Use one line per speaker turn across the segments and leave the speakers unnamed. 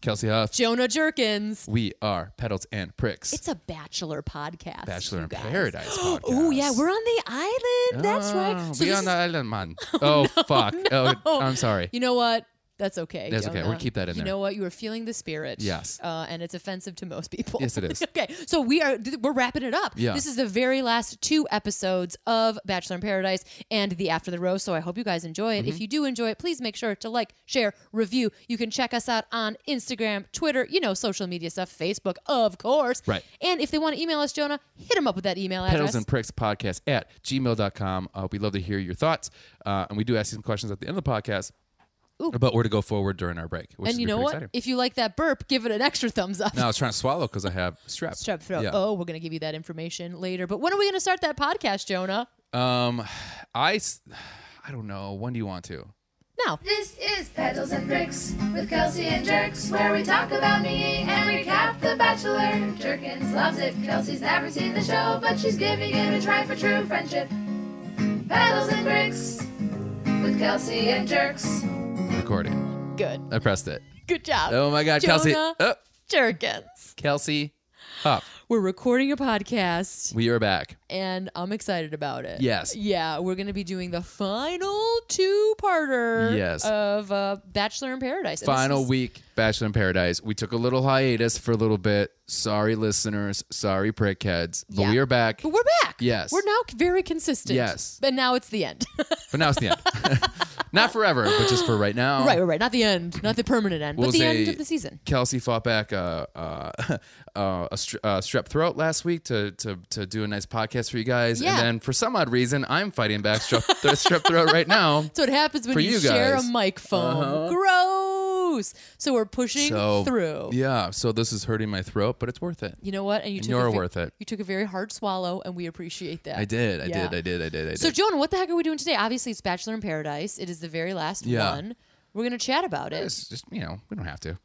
Kelsey Huff.
Jonah Jerkins.
We are Pedals and Pricks.
It's a bachelor podcast.
Bachelor
you
in
guys.
Paradise podcast.
Oh yeah, we're on the island. That's
Oh,
right. So
we
this
on
is-
the island, man. Oh, fuck. Oh, I'm sorry.
you know what? That's okay.
That's okay.
Jonah.
We'll keep that in
You
there.
know what? You are feeling the spirit.
Yes.
Uh, and it's offensive to most people.
Yes, it is.
okay. So we are th- we're wrapping it up.
Yeah.
This is the very last two episodes of Bachelor in Paradise and the After the Row. So I hope you guys enjoy it.
Mm-hmm.
If you do enjoy it, please make sure to like, share, review. You can check us out on Instagram, Twitter, you know, social media stuff, Facebook, of course.
Right.
And if they want to email us, Jonah, hit them up with that email address.
Pedals and Pricks podcast at gmail.com. Uh, we'd love to hear your thoughts. Uh, and we do ask you some questions at the end of the podcast about where to go forward during our break. Which
and
is
you know
pretty
what?
Exciting.
If you like that burp, give it an extra thumbs up.
no, I was trying to swallow because I have strep.
strep throat.
Yeah.
Oh, we're going to give you that information later. But when are we going to start that podcast, Jonah?
Um, I, s- I don't know. When do you want to?
Now.
This is Petals and Bricks with Kelsey and Jerks, where we talk about me and recap The Bachelor. Jerkins loves it. Kelsey's never seen the show, but she's giving it a try for true friendship. Petals and Bricks with Kelsey and Jerks.
Recording.
Good.
I pressed it.
Good job.
Oh my God, Kelsey.
Jonah
Oh,
Jerkins.
Kelsey. Up.
We're recording a podcast
We are back.
and I'm excited about it.
Yes.
Yeah, we're going to be doing the final two-parter
Yes.
of uh, Bachelor in Paradise. And this
Final
is-
week, Bachelor in Paradise. We took a little hiatus for a little bit. Sorry, listeners. Sorry, prickheads. But
Yeah.
we are back.
But we're back.
Yes.
We're now very consistent.
Yes.
But now it's the end.
But now it's the end. Not forever, but just for right now.
right, right, right. Not the end. Not the permanent end,
We'll
but the
say-
end of the season.
Kelsey fought back uh, uh, uh, a str- uh, strep throat last week to, to to do a nice podcast for you guys,
Yeah.
and then for some odd reason, I'm fighting back strep, the strep throat right now.
That's what happens when
For
you,
you
share a
guys. Uh-huh.
microphone. Gross. So we're pushing
So
through.
yeah, so this is hurting my throat, but it's worth it.
You know what? And you took
you're
a ve-
worth it.
You took a very hard swallow, and we appreciate that.
I did, I
Yeah.
did, I did, I did, I did.
So, Joan, what the heck are we doing today? Obviously, it's Bachelor in Paradise. It is the very last
Yeah.
one. We're gonna chat about it.
it's just you know, we don't have to.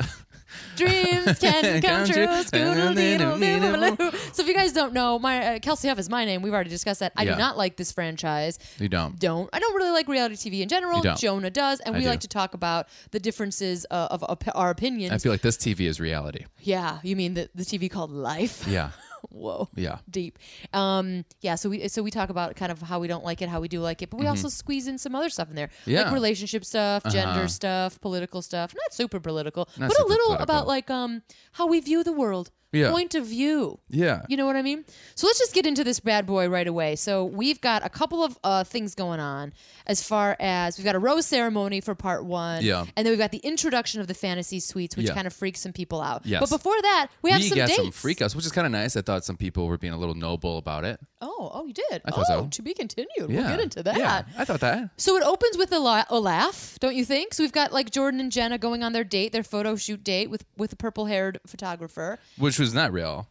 Dreams can come
Come
true.
true.
Scoodle-deedle-doo-doo-doo. So, if you guys don't know, my uh, Kelsey Huff is my name. We've already discussed that. I
Yeah.
do not like this franchise.
You don't.
don't I don't really like reality TV in general.
You don't.
Jonah does, and
I
we
do.
like to talk about the differences uh, of op- our opinions.
I feel like this TV is reality.
yeah, you mean the, the TV called Life?
Yeah,
Whoa.
yeah.
Deep. Um, yeah, so we so we talk about kind of how we don't like it, how we do like it, but we also squeeze in some other stuff in there. Like
Mm-hmm. Yeah. Uh-huh.
relationship stuff, gender stuff, political stuff. Not super political,
Not
but a
super
little
political.
about like um how we view the world.
Yeah.
Point of view.
Yeah.
You know what I mean? So let's just get into this bad boy right away. So we've got a couple of uh, things going on as far as we've got a rose ceremony for part one.
Yeah.
And then we've got the introduction of the fantasy suites, which
Yeah.
kind of freaks some people out.
Yes.
But before that, we have
we
some
got
dates.
some freak outs, which is kind of nice. I thought some people were being a little noble about it.
Oh, oh, you did.
I
oh,
thought so.
to be continued.
Yeah.
We'll get into that.
Yeah, I thought that.
So it opens with a, la- a laugh, don't you think? So we've got like Jordan and Jenna going on their date, their photo shoot date with with a purple haired photographer.
Which was not real.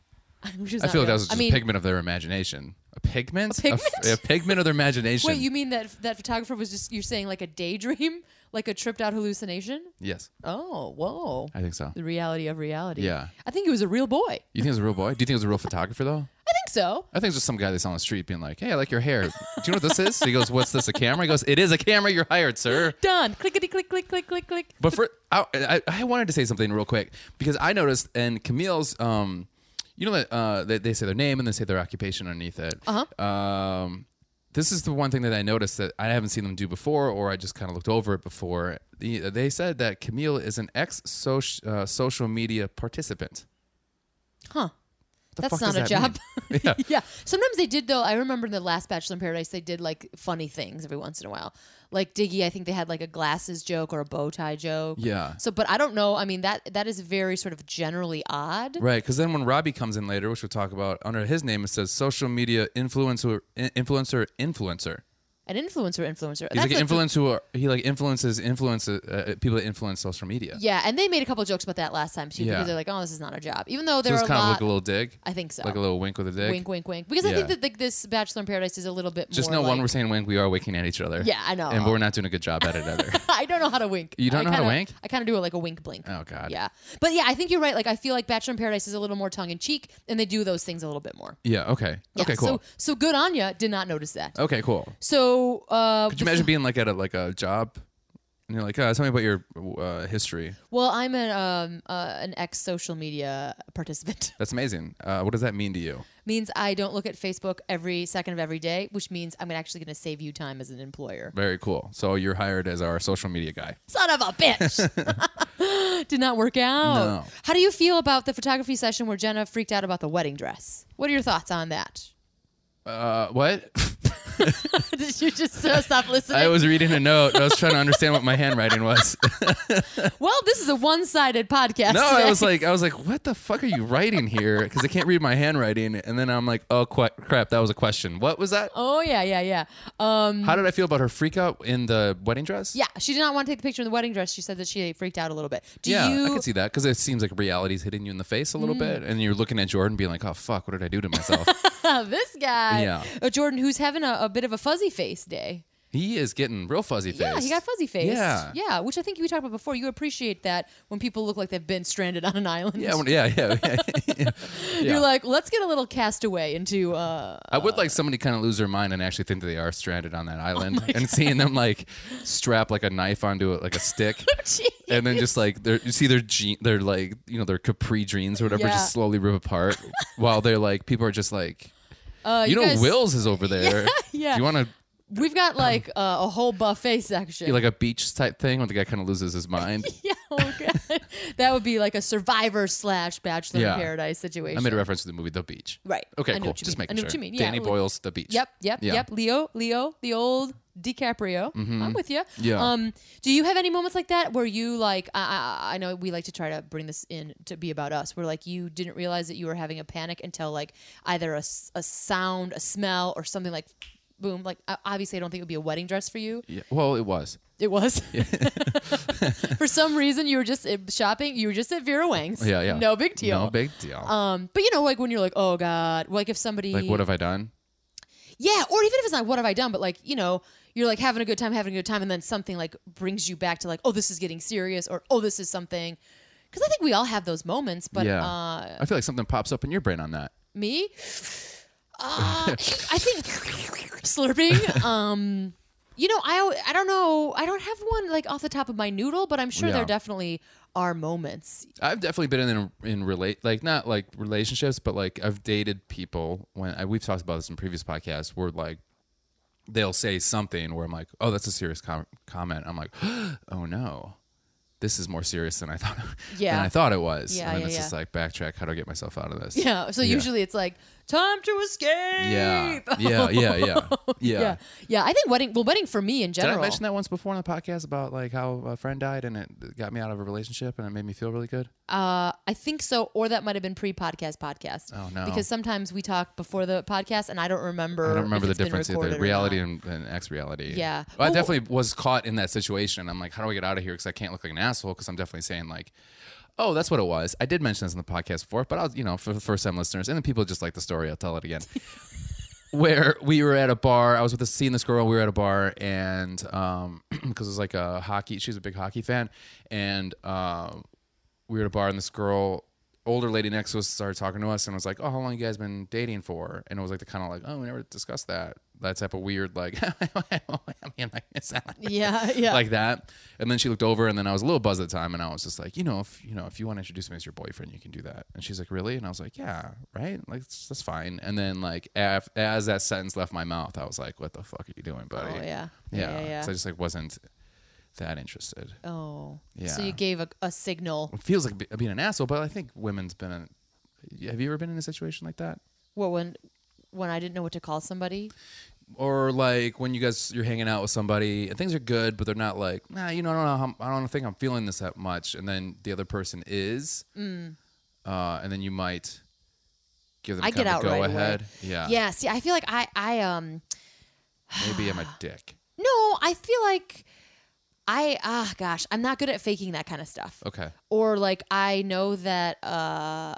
Which is
I
not
feel like
real.
that was just
I mean,
a pigment of their imagination. A pigment? A, f-
pigment?
a pigment of their imagination.
wait, you mean that that photographer was just you're saying like a daydream, like a tripped out hallucination?
yes,
Oh, whoa.
I think so.
the reality of reality.
Yeah.
I think he was a real boy. I
You think it was a real boy? Do you think it was a real photographer, though?
think so.
I think it's just some guy that's on the street being like, hey, I like your hair. Do you know what this is? He goes, what's this, a camera? He goes, it is a camera. You're hired, sir.
Done. Clickety click click click click click.
But for I, I, I wanted to say something real quick because I noticed and Camille's um, you know that uh, they, they say their name and they say their occupation underneath it. Uh-huh. Um, this is the one thing that I noticed that I haven't seen them do before, or I just kind of looked over it before. The, they said that Camille is an ex soc- uh, social media participant.
Huh.
The
That's
fuck
not
does
a
that
job.
mean? yeah.
yeah. Sometimes they did though. I remember in the last Bachelor in Paradise, they did like funny things every once in a while. Like Diggy, I think they had like a glasses joke or a bow tie joke.
Yeah.
So, but I don't know. I mean, that that is very sort of generally odd.
Right, because then when Robbie comes in later, which we'll talk about under his name, it says social media influencer, in- influencer, influencer.
An influencer, influencer.
He's like
That's
an influencer who are, he like influences influences uh, people that influence social media.
Yeah, and they made a couple jokes about that last time too,
Yeah.
because they're like, "Oh, this is not a job," even though
So
there
it's
are a
kind of
lot.
like a little dig.
I think so.
Like a little wink with a dig.
wink, wink, wink. Because I
Yeah.
think that like, this Bachelor in Paradise is a little bit
Just
more.
know
like,
when we're saying wink, we are winking at each other.
Yeah, I know.
And but we're not doing a good job at it either.
I don't know how to wink.
You don't
I
know how to
kinda-
wink?
I kind of do it like a wink blink.
Oh, God.
Yeah, but yeah, I think you're right. Like I feel like Bachelor in Paradise is a little more tongue in cheek, and they do those things a little bit more.
yeah. Okay.
Yeah,
okay. Cool. Oh.
So so good on ya. Did not notice that.
okay. Cool.
So uh,
Could you imagine being like at a like a job And you're like, uh, tell me about your uh, history.
Well, I'm an um uh, an ex social media participant.
That's amazing. Uh, what does that mean to you?
means I don't look at Facebook every second of every day, which means I'm actually going to save you time as an employer.
Very cool. So you're hired as our social media guy.
Son of a bitch. Did not work out.
No.
How do you feel about the photography session where Jenna freaked out about the wedding dress? What are your thoughts on that?
Uh, what?
Did you just uh, stop listening?
I was reading a note. I was trying to understand what my handwriting was.
well, this is a one-sided podcast.
No, I
today.
was like, I was like, what the fuck are you writing here? Because I can't read my handwriting. And then I'm like, oh qu- crap, that was a question. What was that?
oh yeah, yeah, yeah. Um,
How did I feel about her freak out in the wedding dress?
yeah, she did not want to take the picture in the wedding dress. She said that she freaked out a little bit. Do
yeah,
you? Mm.
I can see that because it seems like reality's hitting you in the face a little bit, and you're looking at Jordan, being like, "Oh fuck, what did I do to myself?"
this guy,
Yeah.
Uh, Jordan, who's having a, a bit of a fuzzy face day.
he is getting real fuzzy faced.
Yeah, he got fuzzy faced.
Yeah.
yeah, which I think we talked about before. You appreciate that when people look like they've been stranded on an island.
Yeah, when- yeah, yeah. yeah, yeah.
you're like, let's get a little castaway into. Uh,
I would like somebody to kind of lose their mind and actually think that they are stranded on
Oh
that island, and seeing them like strap like a knife onto it, like a stick, and then just like they're, you see their je- their like you know their capri jeans or whatever
Yeah.
just slowly rip apart, while they're like people are just like,
uh,
you, know,
guys-
Will's is over there.
yeah.
Do you want to?
We've got like uh, a whole buffet section.
Like a beach type thing where the guy kind of loses his mind.
yeah, oh God. that would be like a survivor slash Bachelor
Yeah.
in Paradise situation.
I made a reference to the movie The Beach.
Right.
Okay,
I know
cool.
what you
Just
mean.
making
I know
sure.
what you mean. Yeah,
Danny
like-
Boyle's The Beach.
Yep, yep,
Yeah. Mm-hmm.
yep. Leo, Leo, the old DiCaprio. I'm with you.
Yeah.
Um, do you have any moments like that where you like? I, I, I know we like to try to bring this in to be about us. Where like you didn't realize that you were having a panic until like either a, s- a sound, a smell, or something like. Boom! Like o- obviously, I don't think it would be a wedding dress for you.
Yeah. Well, it was.
It was. for some reason, you were just uh, shopping. You were just at Vera Wang's.
Yeah, yeah.
No big deal.
No big deal.
Um, but you know, like when you're like, oh god, like if somebody
like, what have I done?
yeah, or even if it's not what have I done, but like, you know, you're like having a good time, having a good time, and then something like brings you back to like, oh, this is getting serious, or oh, this is something. Because I think we all have those moments, but
yeah.
uh,
I feel like something pops up in your brain on that.
me, uh, I think slurping. Um, you know, I al- I don't know, I don't have one like off the top of my noodle, but I'm sure
Yeah.
there definitely are moments.
I've definitely been in in relate like not like relationships, but like I've dated people when I, we've talked about this in previous podcasts where like they'll say something where I'm like, oh, that's a serious com- comment. I'm like, oh no, this is more serious than I thought.
Yeah.
than I thought it was.
Yeah,
and then
yeah,
it's
yeah.
just like backtrack. How do I get myself out of this?
Yeah. So usually it's like time to escape.
Yeah. Yeah. Yeah. Yeah. Yeah.
yeah. Yeah, I think wedding. Well, wedding for me in
Did
general.
I mention that once before on the podcast about like how a friend died and it got me out of a relationship and it made me feel really good?
Uh, I think so, or that might have been pre-podcast podcast.
Oh, no.
Because sometimes we talk before the podcast, and I don't remember.
I don't remember
if
the
it's been
difference either.
recorded or
Reality
not.
and, and ex reality.
Yeah.
Well, I
Well,
definitely was caught in that situation. I'm like, how do I get out of here? Because I can't look like an asshole because I'm definitely saying, like, oh, that's what it was. I did mention this in the podcast before, but I'll, you know, for the first time listeners and the people who just like the story, I'll tell it again. Where we were at a bar, I was with a seeing this girl. We were at a bar, and um, because it was like a hockey, she's a big hockey fan, and um, we were at a bar and this girl older lady next to us started talking to us and was like oh how long you guys been dating for and it was like the kind of like oh we never discussed that that type of weird like I mean, like, it's not like-
Yeah, yeah.
like that and then she looked over and then i was a little buzzed at the time and i was just like you know if you know if you want to introduce me as your boyfriend you can do that and she's like really and i was like yeah right like that's, that's fine and then like af- as that sentence left my mouth i was like what the fuck are you doing buddy
Oh yeah.
yeah,
Yeah. yeah,
So i just like wasn't that interested
oh.
Yeah.
So you gave a, a signal.
it feels like be- being an asshole, but I think women's been. A, have you ever been in a situation like that,
What when? When I didn't know what to call somebody.
or like when you guys you're hanging out with somebody and things are good, but they're not like, nah, you know, I don't know, how, I don't think I'm feeling this that much, and then the other person is, uh, and then you might give them
Mm. I
kind
get
of
out
go
right
ahead.
away.
Yeah,
Yeah. See, I feel like I I um
Maybe I'm a dick.
no, I feel like I ah gosh, I'm not good at faking that kind of stuff.
Okay.
or like I know that uh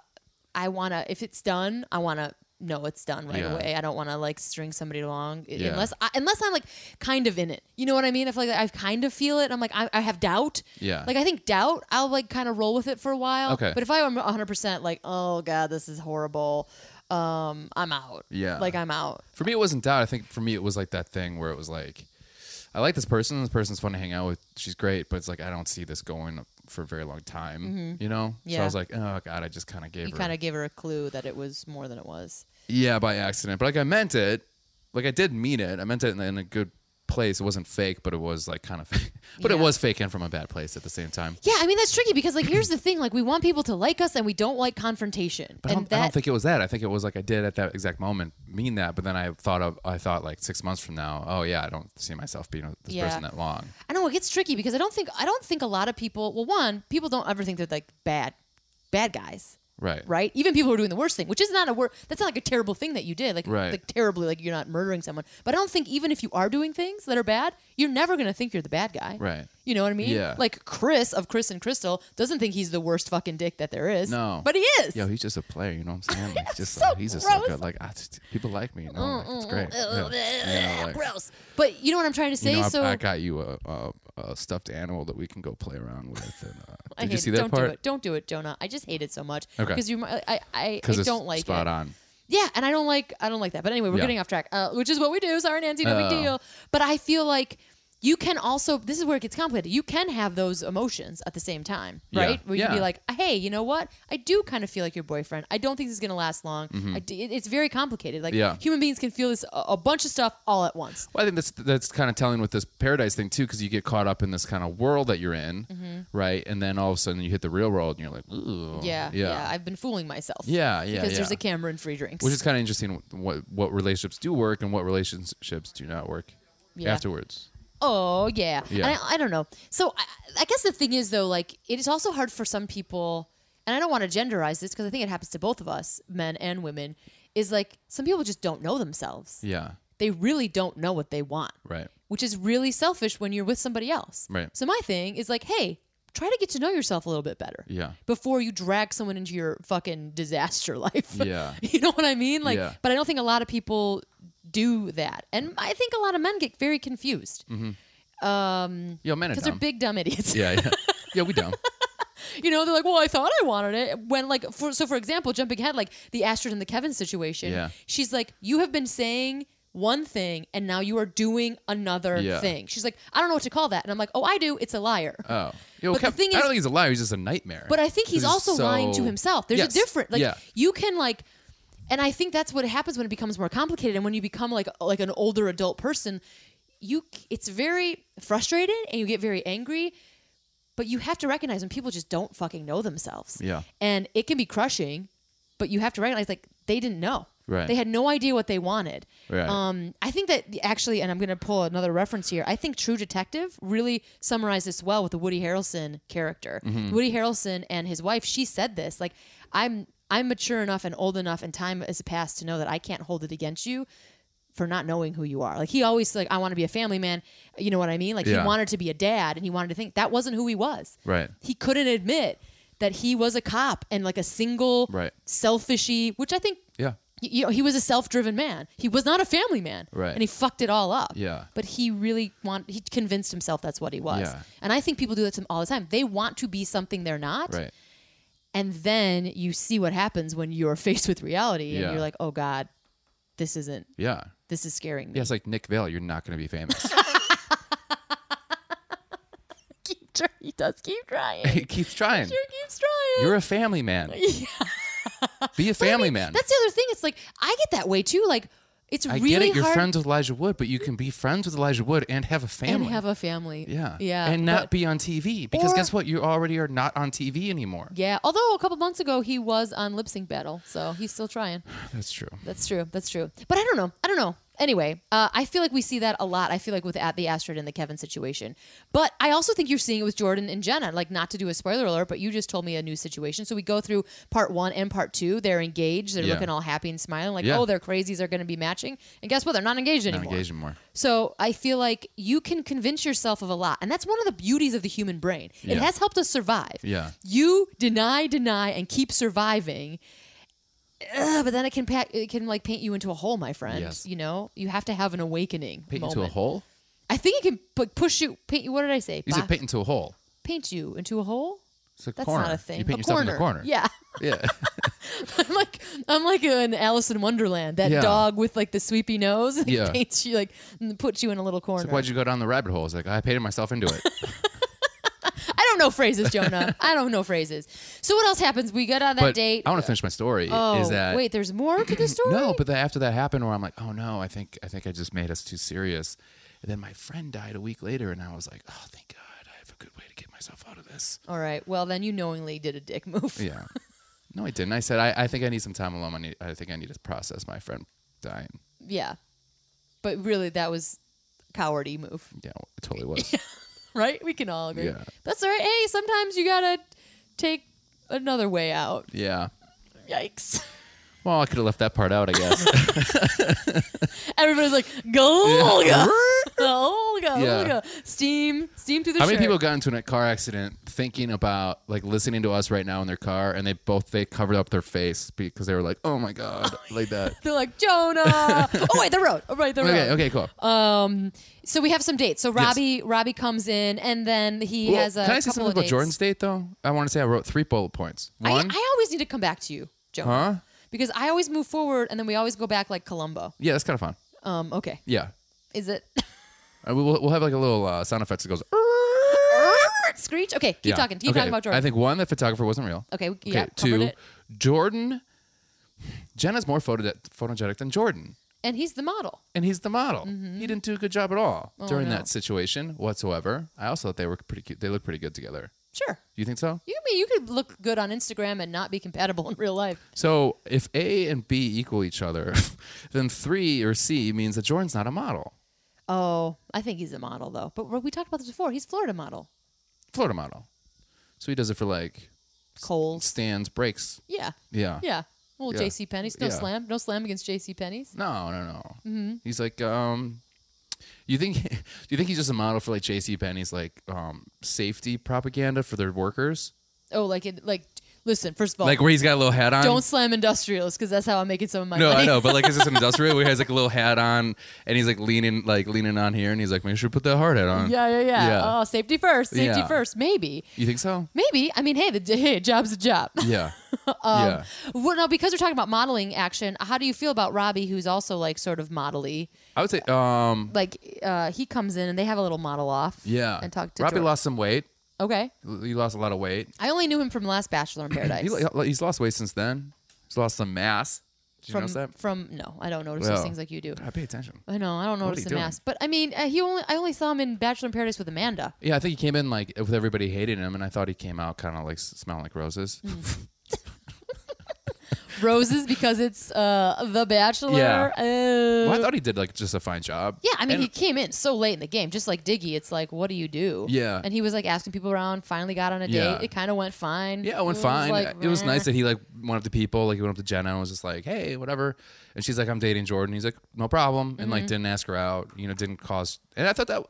I want to if it's done, I want to know it's done right
Yeah.
away. I don't want to like string somebody along i-
Yeah.
unless I, unless I'm like kind of in it. You know what I mean? I feel like I kind of feel it. I'm like I, I have doubt.
Yeah.
Like I think doubt. I'll like kind of roll with it for a while.
Okay.
But if I'm 100 percent like oh god this is horrible, um I'm out.
Yeah.
Like I'm out.
For me, it wasn't doubt. I think for me, it was like that thing where it was like, I like this person. This person's fun to hang out with. She's great, but it's like I don't see this going for a very long time. You know? So
Mm-hmm. Yeah.
I was like, oh god, I just kind of gave
You
her
kind of gave her a clue that it was more than it was.
yeah by accident, but like I meant it. Like I did mean it. I meant it in, in a good place. It wasn't fake, but it was like kind of fake. But it
Yeah.
was fake and from a bad place at the same time.
Yeah, I mean that's tricky because like here's the thing: like we want people to like us, and we don't like confrontation.
But I
and
don't, I don't think it was that. I think it was like I did at that exact moment mean that, but then I thought of I thought like six months from now, oh yeah, I don't see myself being with this
Yeah.
person that long.
I know it gets tricky because I don't think I don't think a lot of people. Well, one, people don't ever think they're like bad, bad guys,
Right.
right? Even people who are doing the worst thing, which is not a wor That's not like a terrible thing that you did, like,
Right.
like terribly, like you're not murdering someone. But I don't think even if you are doing things that are bad, you're never gonna think you're the bad guy,
Right.
You know what I mean?
Yeah.
Like Chris of Chris and Crystal doesn't think he's the worst fucking dick that there is.
No.
but he is.
Yo, he's just a player. You know what I'm saying? Like, just
so
like, he's just so
gross. Mm,
good. Like I just, people like me. You know, like, it's great. Yeah. Yeah, like,
Gross. But you know what I'm trying to
you
say.
know, I-
so
I, got you a, a, a stuffed animal that we can go play around with. And, uh,
I
did you
hate
see
it.
that
don't do
part?
it. Don't do it, Jonah. I just hate it so much.
Okay.
Because you, I, I, I, I
it's
don't like
spot
it.
on.
Yeah, and I don't like, I don't like that. But anyway, we're
Yeah.
getting off track, uh, which is what we do. Sorry, Nancy, no
Oh.
big deal. But I feel like you can also. This is where it gets complicated. You can have those emotions at the same time,
Yeah.
right? Where you can be
Yeah.
like, hey, you know what? I do kind of feel like your boyfriend. I don't think this is gonna last long. I d- it- it's very complicated. Like
Mm-hmm. Yeah.
human beings can feel this a, a bunch of stuff all at once.
Well, I think that's that's kind of telling with this paradise thing too, because you get caught up in this kind of world that you're in,
Mm-hmm.
right? And then all of a sudden you hit the real world, and you're like, ooh,
Yeah, yeah.
Oh, yeah,
I've been fooling myself.
Yeah, yeah,
Because there's
yeah.
a camera and free drinks.
which is kind of interesting. What what relationships do work and what relationships do not work
Yeah.
afterwards.
Oh yeah,
Yeah.
And I, I don't know. So I, I guess the thing is though, like it is also hard for some people, and I don't want to genderize this because I think it happens to both of us, men and women. Is like some people just don't know themselves.
Yeah,
They really don't know what they want,
right.
which is really selfish when you're with somebody else.
Right.
So my thing is like, hey, try to get to know yourself a little bit better.
Yeah.
Before you drag someone into your fucking disaster life.
Yeah.
you know what I mean? Like,
Yeah.
but I don't think a lot of people do that, and I think a lot of men get very confused.
Yo, men are
Because they're
dumb.
big dumb idiots.
Yeah, yeah, yeah. We dumb.
You know, they're like, well, I thought I wanted it. When, like, for, so for example, jumping ahead, like the Astrid and the Kevin situation,
Yeah.
she's like, you have been saying one thing and now you are doing another
Yeah.
thing. She's like, I don't know what to call that. And I'm like, oh, I do. It's a liar.
Oh, Yo,
But the
Kev-
thing
I don't
is-
think he's a liar. He's just a nightmare.
But I think he's
This is
also lying to
so-
himself. There's
Yes.
a different like
yeah.
you can like and I think that's what happens when it becomes more complicated and when you become like like an older adult person, you c- it's very frustrated and you get very angry, but you have to recognize when people just don't fucking know themselves.
Yeah.
And it can be crushing, but you have to recognize like they didn't know.
Right.
They had no idea what they wanted.
Right.
Um, I think that the- actually, and I'm going to pull another reference here. I think True Detective really summarized this well with the Woody Harrelson character.
Mm-hmm.
Woody Harrelson and his wife, she said this like, I'm I'm mature enough and old enough, and time has passed to know that I can't hold it against you for not knowing who you are. Like he always like I want to be a family man. You know what I mean? Like
Yeah.
he wanted to be a dad, and he wanted to think that wasn't who he was.
Right.
He couldn't admit that he was a cop and like a single,
Right.
selfishy, which I think
Yeah.
y- you know, he was a self-driven man. He was not a family man,
Right.
And he fucked it all up.
Yeah.
But he really want he convinced himself that's what he was.
Yeah.
And I think people do that to them all the time. They want to be something they're not,
Right.
and then you see what happens when you're faced with reality,
Yeah.
and you're like, oh god, this isn't.
Yeah.
This is scaring me.
Yeah. It's like Nick Vale. You're not going to be famous.
Keep try- he does keep trying.
he keeps trying.
He keeps trying.
You're a family man. Be a family man.
That's the other thing. It's like I get that way too. Like it's
I
really
get it. You're
hard
friends with Elijah Wood, but you can be friends with Elijah Wood and have a family.
and have a family.
yeah.
Yeah.
And not
but-
be on TV because
Or-
guess what? You already are not on TV anymore.
Yeah, although a couple months ago he was on lip sync battle, so he's still trying.
That's true.
That's true. That's true. But I don't know. I don't know. Anyway, uh, I feel like we see that a lot. I feel like with at the Astrid and the Kevin situation, but I also think you're seeing it with Jordan and Jenna. Like, not to do a spoiler alert, but you just told me a new situation. So we go through part one and part two. They're engaged. They're
Yeah.
looking all happy and smiling. Like,
Yeah.
oh, their crazies are going to be matching. And guess what? They're not engaged
Not
anymore.
engaged anymore.
So I feel like you can convince yourself of a lot. And that's one of the beauties of the human brain. It
Yeah.
has helped us survive.
Yeah.
You deny, deny, and keep surviving. Ugh, but then it can pack, it can like paint you into a hole, my friend.
Yes.
You know, you have to have an awakening.
Paint
moment.
into a hole?
I think it can p- push you, paint you. What did I say?
You
Bah-
said paint into a hole.
paint you into a hole.
It's a
That's
corner.
not a thing.
You paint
a
yourself
corner.
in a corner.
Yeah.
Yeah.
I'm like I'm like an Alice in Wonderland. That
Yeah.
dog with like the sweepy nose. Like,
Yeah.
paints you like n- puts you in a little corner.
Why'd you go down the rabbit hole? It's like I painted myself into it.
I don't know phrases, Jonah. I don't know phrases. So what else happens? We get on that
But
date.
I want to finish my story.
oh
is that
wait, there's more to the story.
No, but then after that happened, where I'm like, oh no, I think I think I just made us too serious. And then my friend died a week later, and I was like, oh thank God, I have a good way to get myself out of this.
All right. Well, then you knowingly did a dick move.
Yeah. No, I didn't. I said I, I think I need some time alone. I need I think I need to process my friend dying.
Yeah. But really, that was a cowardy move,
Yeah, it totally was.
right? We can all agree.
Yeah.
That's all right. Hey, sometimes you gotta take another way out.
yeah.
Yikes.
Well, I could have left that part out, I guess.
Everybody's like, Golga.
Yeah.
Golga. Golga. Steam. Steam through the
How many
shirt.
people got into a car accident thinking about like listening to us right now in their car, and they both they covered up their face because they were like, "Oh my god," like that.
They're like, Jonah. oh, wait, the road. Oh, right, the road.
Okay, okay, cool.
Um, so we have some dates. So Robbie, Robbie comes in, and then he
Well,
has a
can I say
couple
something
of
about
dates.
Jordan's date though? I want to say I wrote three bullet points.
I,
One,
I always need to come back to you, Jonah,
Huh?
because I always move forward, and then we always go back like Columbo.
yeah, that's kind of fun.
Um, okay,
Yeah,
is it
Uh, we'll, we'll have like a little uh, sound effects that goes. Keep
screech? Okay, keep talking. Keep talking about Jordan.
I think one, the photographer wasn't real.
okay, we- yeah, covered
two,
it.
Jordan. Jenna's more photo- photogenic than Jordan,
and he's the model.
and he's the model. He didn't do a good job at all during
Mm-hmm. Oh, no.
that situation whatsoever. I also thought they were pretty cute. They look pretty good together.
Sure,
You think so?
you I mean you could look good on Instagram and not be compatible in real life.
So if A and B equal each other, then three or C means that Jordan's not a model.
Oh, I think he's a model though. But we talked about this before. He's Florida model.
Florida model. So he does it for like
Coles.
stands, breaks.
Yeah,
Yeah.
yeah. Well,
Yeah.
JC Penney's no
Yeah.
slam, no slam against JC Penney's.
No, no, no.
Mm-hmm.
He's like, um, you think, do you think he's just a model for like J.C. Penney's like um safety propaganda for their workers?
Oh, like it, like listen. First of all,
Like where he's got a little hat on.
Oh. don't slam industrialists because that's how I'm making some of my
no,
money.
I know, but like, is this an industrial where he has like a little hat on and he's like leaning, like leaning on here, and he's like, make sure you put that hard hat on.
Yeah, yeah, yeah,
Yeah.
Oh, safety first. Safety
Yeah.
first. Maybe,
You think so?
maybe. I mean, hey, the hey, job's a job.
Yeah.
Um,
yeah.
well, now because we're talking about modeling action, how do you feel about Robbie, who's also like sort of modelly?
I would say, um,
Like uh, he comes in and they have a little model off.
yeah.
and talk to
Robbie
Jordan.
lost some weight.
Okay,
He lost a lot of weight.
I only knew him from Last Bachelor in Paradise.
He, lo- he's lost weight since then. He's lost some mass. Did you
from
notice that?
from no, I don't notice
Yeah.
those things like you do.
God, pay attention.
I know I don't
are
notice
you
the
doing?
mass, but I mean, uh, he only I only saw him in Bachelor in Paradise with Amanda.
Yeah, I think he came in like with everybody hating him, and I thought he came out kind of like s- smelling like roses.
Mm-hmm. Roses because it's uh, the Bachelor.
Yeah.
Oh.
well, I thought he did like just a fine job.
Yeah, I mean,
And-
he came in so late in the game, just like Diggy. It's like, what do you do?
Yeah.
and he was like asking people around. Finally, got on a date.
Yeah.
It kind of went fine.
yeah, it went fine.
like,
it was
meh.
nice that he like went up to people, like he went up to Jenna and was just like, "Hey, whatever," and she's like, "I'm dating Jordan." He's like, "No problem," and
Mm-hmm.
like didn't ask her out. You know, didn't cause. And I thought that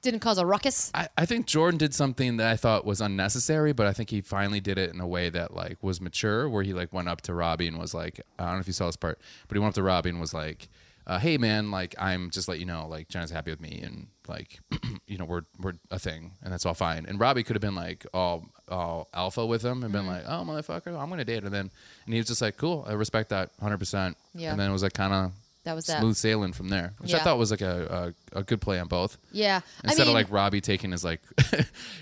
Didn't cause a ruckus.
I, I think Jordan did something that I thought was unnecessary, but I think he finally did it in a way that like was mature, where he like went up to Robbie and was like, I don't know if you saw this part, but he went up to Robbie and was like, uh, "Hey man, like I'm just let you know, like Jenna's happy with me, and like you know we're we're a thing, and that's all fine." And Robbie could have been like all all alpha with him and been
Mm.
like, "Oh motherfucker, I'm gonna date," her," and then and he was just like, "Cool, I respect that 100." percent
Yeah.
And then it was like kind of
That was that.
smooth sailing from there, which I
Yeah.
thought was like a, a a good play on both.
Yeah,
Instead
I mean,
of like Robbie taking his like,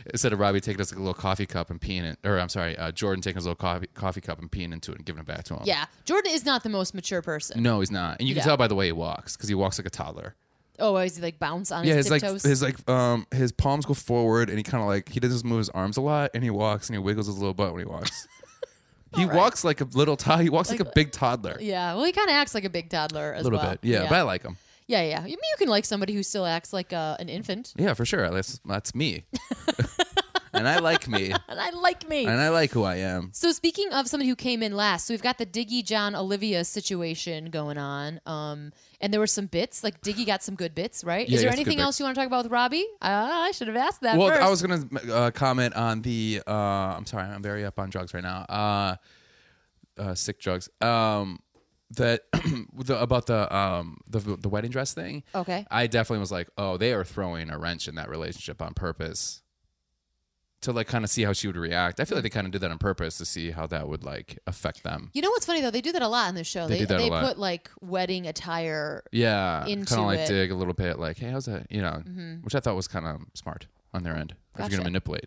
instead of Robbie taking his like, little coffee cup and peeing it, or I'm sorry, uh, Jordan taking his little coffee, coffee cup and peeing into it and giving it back to him.
yeah, Jordan is not the most mature person.
No, he's not, and you can
Yeah.
tell by the way he walks because he walks like a toddler.
Oh, is he like bounce on
Yeah,
his
his like
tiptoes?
his like um his palms go forward and he kind of like he doesn't move his arms a lot and he walks and he wiggles his little butt when he walks. he walks like a little toddler. He walks like, a big toddler.
yeah, well, he kind of acts like a big toddler as
A little
well.
bit, yeah,
yeah,
But I like him.
yeah, yeah. I mean, you can like somebody who still acts like uh, an infant,
Yeah, for sure. That's that's me, and I like me,
and I like me.
and I like who I am.
So speaking of somebody who came in last, so we've got the Diggy John Olivia situation going on. Um, and there were some bits. Like Diggy got some good bits, right?
Yeah,
Is
he
there
got some good
anything else
bits.
you want to talk about with Robbie? Uh, I should have asked that
Well,
first.
I was gonna uh, comment on the. Uh, I'm sorry, I'm very up on drugs right now. Uh, uh, sick drugs. Um, that the, about the um the the wedding dress thing.
Okay.
I definitely was like, oh, they are throwing a wrench in that relationship on purpose. to like kind of see how she would react. I feel like they kind of did that on purpose to see how that would like affect them.
You know what's funny though? They do that a lot in this show.
They do that a
they
lot.
put like wedding attire.
Yeah,
Into
kind of like
it. Mm-hmm.
dig a little bit, like hey, how's that? You know, which I thought was kind of smart on their end. If you're
Gotcha.
gonna manipulate,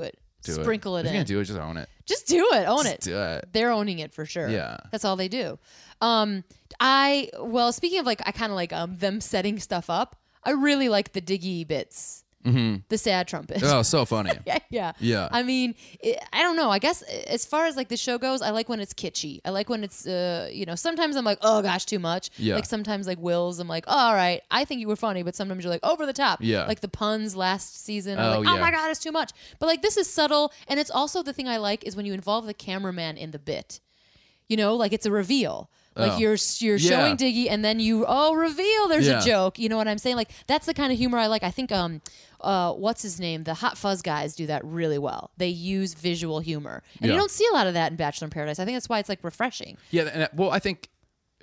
do
it.
it.
Sprinkle
If
it
you're
in.
gonna do it, just own it.
Just do it. Own
Just
it.
do it.
They're owning it for sure.
Yeah.
That's all they do. Um I well, speaking of like I kind of like um them setting stuff up. I really like the diggy bits. Mm-hmm. The sad trumpet.
Oh, so funny.
yeah.
Yeah.
I mean, it, I don't know. I guess as far as like the show goes, I like when it's kitschy. I like when it's, uh, you know, sometimes I'm like, oh gosh, too much.
Yeah.
Like sometimes like Will's, I'm like, all right, I think you were funny, but sometimes you're like over the top.
Yeah.
Like the puns last season.
Oh,
I'm like, oh
yeah.
my god, it's too much. But like this is subtle, and it's also the thing I like is when you involve the cameraman in the bit. You know, like it's a reveal. Like
Oh.
you're
Yeah.
you're showing Diggy, and then you oh reveal there's
Yeah.
a joke. You know what I'm saying? Like that's the kind of humor I like. I think um, uh, what's his name? The Hot Fuzz guys do that really well. They use visual humor, and
Yeah.
you don't see a lot of that in Bachelor in Paradise. I think that's why it's like refreshing.
Yeah, and uh, well, I think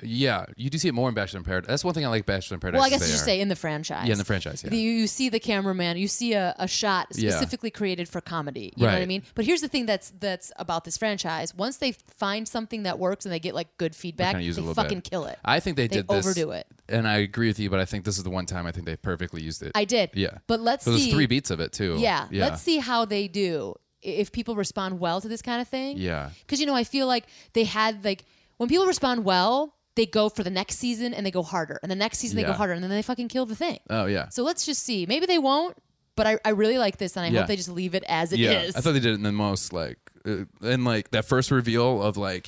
yeah, you do see it more in Bachelor in Paradise. That's one thing I like Bachelor in Paradise.
Well, I
is
guess
they
you
are-
should say in the franchise.
Yeah, in the franchise, yeah.
The- you see the cameraman. You see a, a shot
Yeah.
specifically created for comedy. You know what I
Right.
mean? But here's the thing that's that's about this franchise. Once they find something that works and they get like good feedback,
kinda
they
use it a little
fucking
bit.
kill it.
I think they,
They
did this,
overdo it.
and I agree with you. But I think this is the one time I think they perfectly used it.
I did.
Yeah,
But let's
so
see.
there's three beats of it too.
Yeah,
yeah.
Let's see how they do. i- If people respond well to this kind of thing.
Yeah.
Because you know, I feel like they had like when people respond well, they go for the next season and they go harder, and the next season they go
Yeah.
harder, and then they fucking kill the thing.
Oh yeah.
So let's just see. Maybe they won't. But I, I really like this, and I
Yeah.
hope they just leave it as it is.
yeah, I thought they did it in the most like, uh, and like that first reveal of like.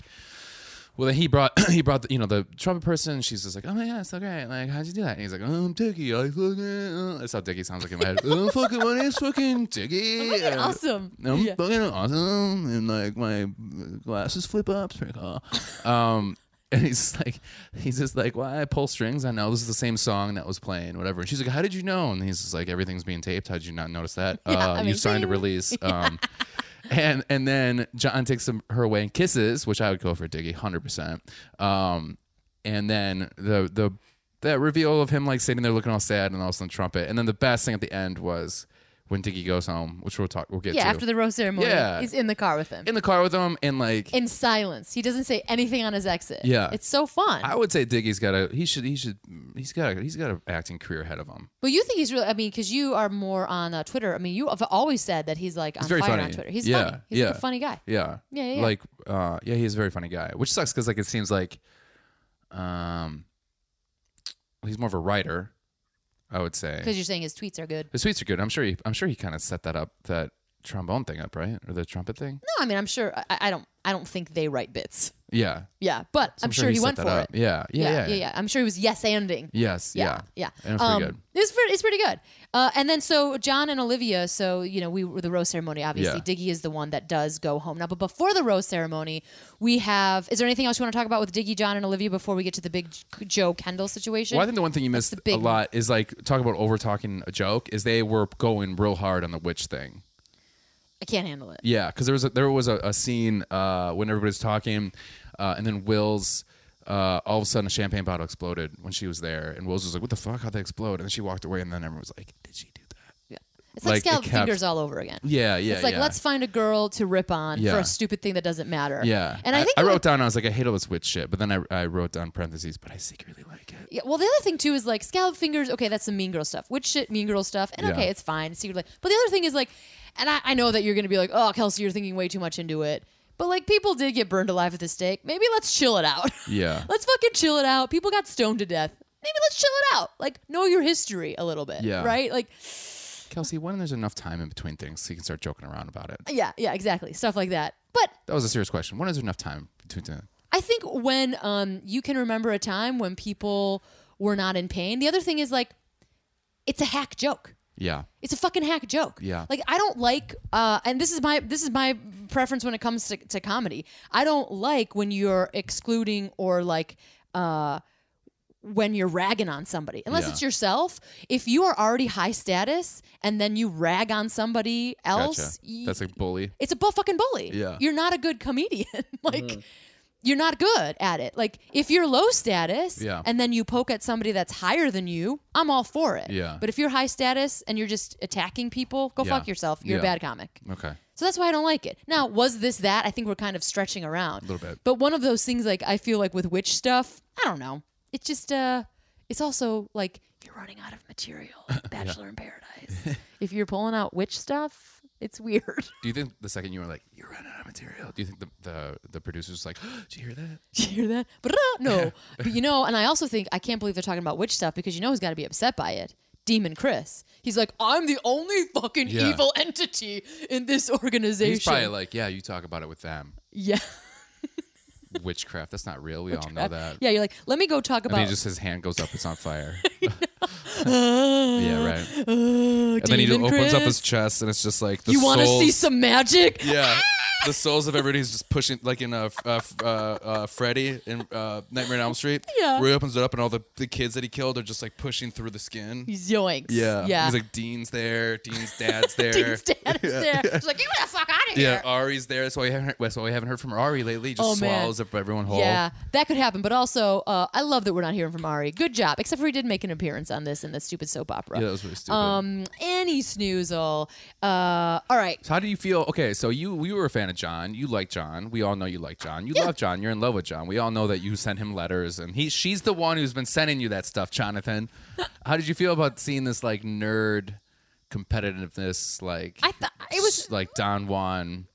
Well, then he brought he brought the, you know the trumpet person. She's just like, oh my god, it's so great! Like, how'd you do that? And he's like, um, Dickie, I fucking. Uh. That's how Dickie sounds like in my head. oh, fucking, my name's fucking Dickie.
Fucking
uh,
awesome.
I'm
Yeah.
fucking awesome, and like my glasses flip up. It's pretty cool. Um, and he's just like, he's just like, why I pull strings? I know this is the same song that was playing, whatever. And she's like, how did you know? And he's just like, everything's being taped. How did you not notice that?
Yeah,
uh,
I
you
mean,
signed a
ding.
release. Um, and and then John takes him, her away and kisses, which I would go for Diggy, hundred percent. Um, and then the the that reveal of him like sitting there looking all sad, and all of a sudden trumpet. And then the best thing at the end was when Diggy goes home, which we'll talk, we'll get
yeah,
to
after the rose ceremony,
Yeah.
he's in the car with him.
in the car with him and like
in silence. He doesn't say anything on his exit.
Yeah.
It's so fun.
I would say Diggy's got a he should he should he's got a he's got an acting career ahead of him.
Well, you think he's really? I mean, because you are more on uh, Twitter. I mean, you have always said that he's like on
very
fire
funny.
on Twitter. He's
Yeah,
funny. He's
yeah.
like a funny guy.
Yeah.
Yeah, yeah, yeah.
Like uh yeah, he's a very funny guy, which sucks cuz like it seems like um he's more of a writer, I would
Because
say.
you're saying his tweets are good.
The sweets are good. I'm sure he I'm sure he kind of set that up that trombone thing up, right? Or the trumpet thing?
No, I mean, I'm sure. I, I don't. I don't think they write bits.
Yeah. So
Yeah, but I'm, sure, he
set
went
that
for
up.
it.
Yeah. Yeah, yeah.
yeah, yeah, I'm sure he was yes anding.
Yes, yeah.
yeah.
And it's pretty
Um,
good.
It's pretty, it's pretty good. Uh, and then so John and Olivia. So you know we were the rose ceremony. Obviously,
Yeah.
Diggy is the one that does go home now. But before the rose ceremony, we have. Is there anything else you want to talk about with Diggy, John, and Olivia before we get to the big J- Joe Kendall situation?
Well, I think the one thing you missed
the
a
big-
lot is like talk about over talking a joke is they were going real hard on the witch thing.
I can't handle it.
Yeah, because there was a, there was a, a scene uh, when everybody's talking, uh, and then Will's uh, all of a sudden a champagne bottle exploded when she was there, and Will's was like, "What the fuck? How'd they explode?" And then she walked away, and then everyone was like, "Did she do that?"
It's like,
Like, it
scalloped
kept-
fingers all over again.
Yeah, yeah.
It's like
yeah.
let's find a girl to rip on for
Yeah.
a stupid thing that doesn't matter.
Yeah,
and I, think
I,
like-
wrote down. I was like, I hate all this witch shit, but then I, I wrote down parentheses, but I secretly like it.
Yeah, well, the other thing too is like scallop fingers. Okay, that's some mean girl stuff. Which shit, mean girl stuff. And
Yeah.
okay, it's fine secretly. But the other thing is like, and I, I know that you're gonna be like, oh, Kelsey, you're thinking way too much into it. But like, people did get burned alive at the stake. Maybe let's chill it out.
Yeah.
let's fucking chill it out. People got stoned to death. Maybe let's chill it out. Like, know your history a little bit.
Yeah.
Right. Like,
Kelsey, when there's enough time in between things, so you can start joking around about it.
yeah, yeah, exactly. Stuff like that. But
That was a serious question. When is there enough time between? Time?
I think when um, you can remember a time when people were not in pain. The other thing is like, it's a hack joke.
Yeah,
It's a fucking hack joke.
Yeah.
Like I don't like, uh, and this is my this is my preference when it comes to, to comedy. I don't like when you're excluding or like uh, when you're ragging on somebody, unless
Yeah.
it's yourself. If you are already high status and then you rag on somebody
gotcha.
else, y-
That's like bully.
it's a bu- fucking bully.
Yeah. Mm-hmm.
You're not a good comedian. like. you're not good at it. Like if you're low status
Yeah.
and then you poke at somebody that's higher than you, I'm all for it.
Yeah.
But if you're high status and you're just attacking people, go
Yeah.
fuck yourself. You're a
Yeah.
bad comic.
Okay.
So that's why I don't like it. Now, was this that? I think we're kind of stretching around. A
Little bit.
But one of those things like I feel like with witch stuff, I don't know. It's just uh it's also like you're running out of material, Bachelor in Paradise. if you're pulling out witch stuff, it's weird.
Do you think the second you were like, you're running out of material, do you think the the, the producer's like, did you hear that?
Did you hear that? But no. But you know, and I also think I can't believe they're talking about witch stuff because you know he's got to be upset by it. Demon Chris. He's like, I'm the only fucking
Yeah.
evil entity in this organization.
He's probably like, yeah, you talk about it with them.
yeah.
Witchcraft. That's not real. We
uh,
all know that.
Yeah, you're like, let me go talk
And
about
then he just his hand goes up. It's on fire. yeah, right. and then he just
uh, Demon
opens up
Chris.
his chest, and it's just like the
You want to
souls-
see some magic?
Yeah. The souls of everybody's just pushing, like in uh, f- uh, f- uh, uh, Freddy in uh, Nightmare on Elm Street.
Yeah.
Where he opens it up, and all the, the kids that he killed are just like pushing through the skin.
He's yoinks.
yeah.
Yeah.
He's like, Dean's there. Dean's dad's there.
Dean's dad is there. He's like, you the fuck out of
Yeah,
here.
Ari's there. That's why we haven't heard, that's why we haven't heard from Ari lately. He just
Oh, man.
swallows up everyone whole.
Yeah, that could happen. But also, uh, I love that we're not hearing from Ari. Good job. Except for he did make an appearance on this in that stupid soap opera.
Yeah, that was really stupid.
Um, any snoozle. Uh, all right.
So how do you feel? Okay, so you we were a fan of John. You like John. We all know you like John. You
Yeah.
love John. You're in love with John. We all know that you sent him letters, and he she's the one who's been sending you that stuff, Jonathan. how did you feel about seeing this like nerd competitiveness? Like
I thought it was
s- like Don Juan.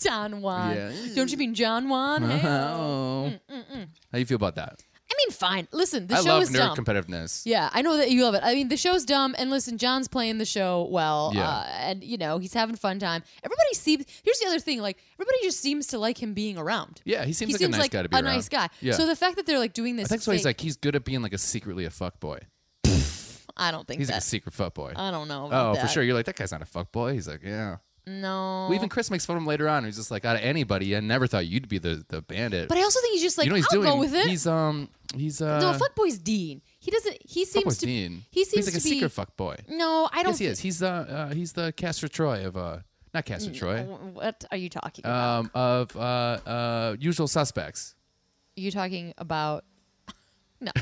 John Juan.
Yeah.
Don't you mean John Juan? Hey.
Oh, how do you feel about that?
I mean, fine. Listen, Mm, the
I
show
love
is
nerd
dumb.
competitiveness.
Yeah, I know that you love it. I mean, the show's dumb, and listen, John's playing the show well,
Yeah.
uh, and you know he's having a fun time. Everybody seems. Here's the other thing: like everybody just seems to like him being around.
Yeah, he seems
he
like
seems
a nice
like
guy to be
a
around.
nice guy.
Yeah,
So the fact that they're like doing this,
I think so. He's
fake-
like he's good at being like a secretly a fuck boy.
I don't think
He's like a
that.
secret fuck boy.
I I don't know.
Oh,
About
for
Um, that.
sure. You're like that guy's not a fuck boy. He's like yeah.
No.
Well, even Chris makes fun of him later on. He's just like, out of anybody, I never thought you'd be the, the bandit.
but I also think he's just like,
you know what he's
I'll
doing?
go with it.
He's um, he's uh,
no, fuckboy's Dean. He doesn't. He seems
fuckboy's
to.
Dean.
He seems
he's like
to
a
be.
secret fuck boy.
no, I don't.
Yes, he is. He's the uh, he's the Castor Troy of uh, not Castor
Mm,
Troy,
w- What are you talking? about?
um, of uh, uh, Usual Suspects.
you talking about? No,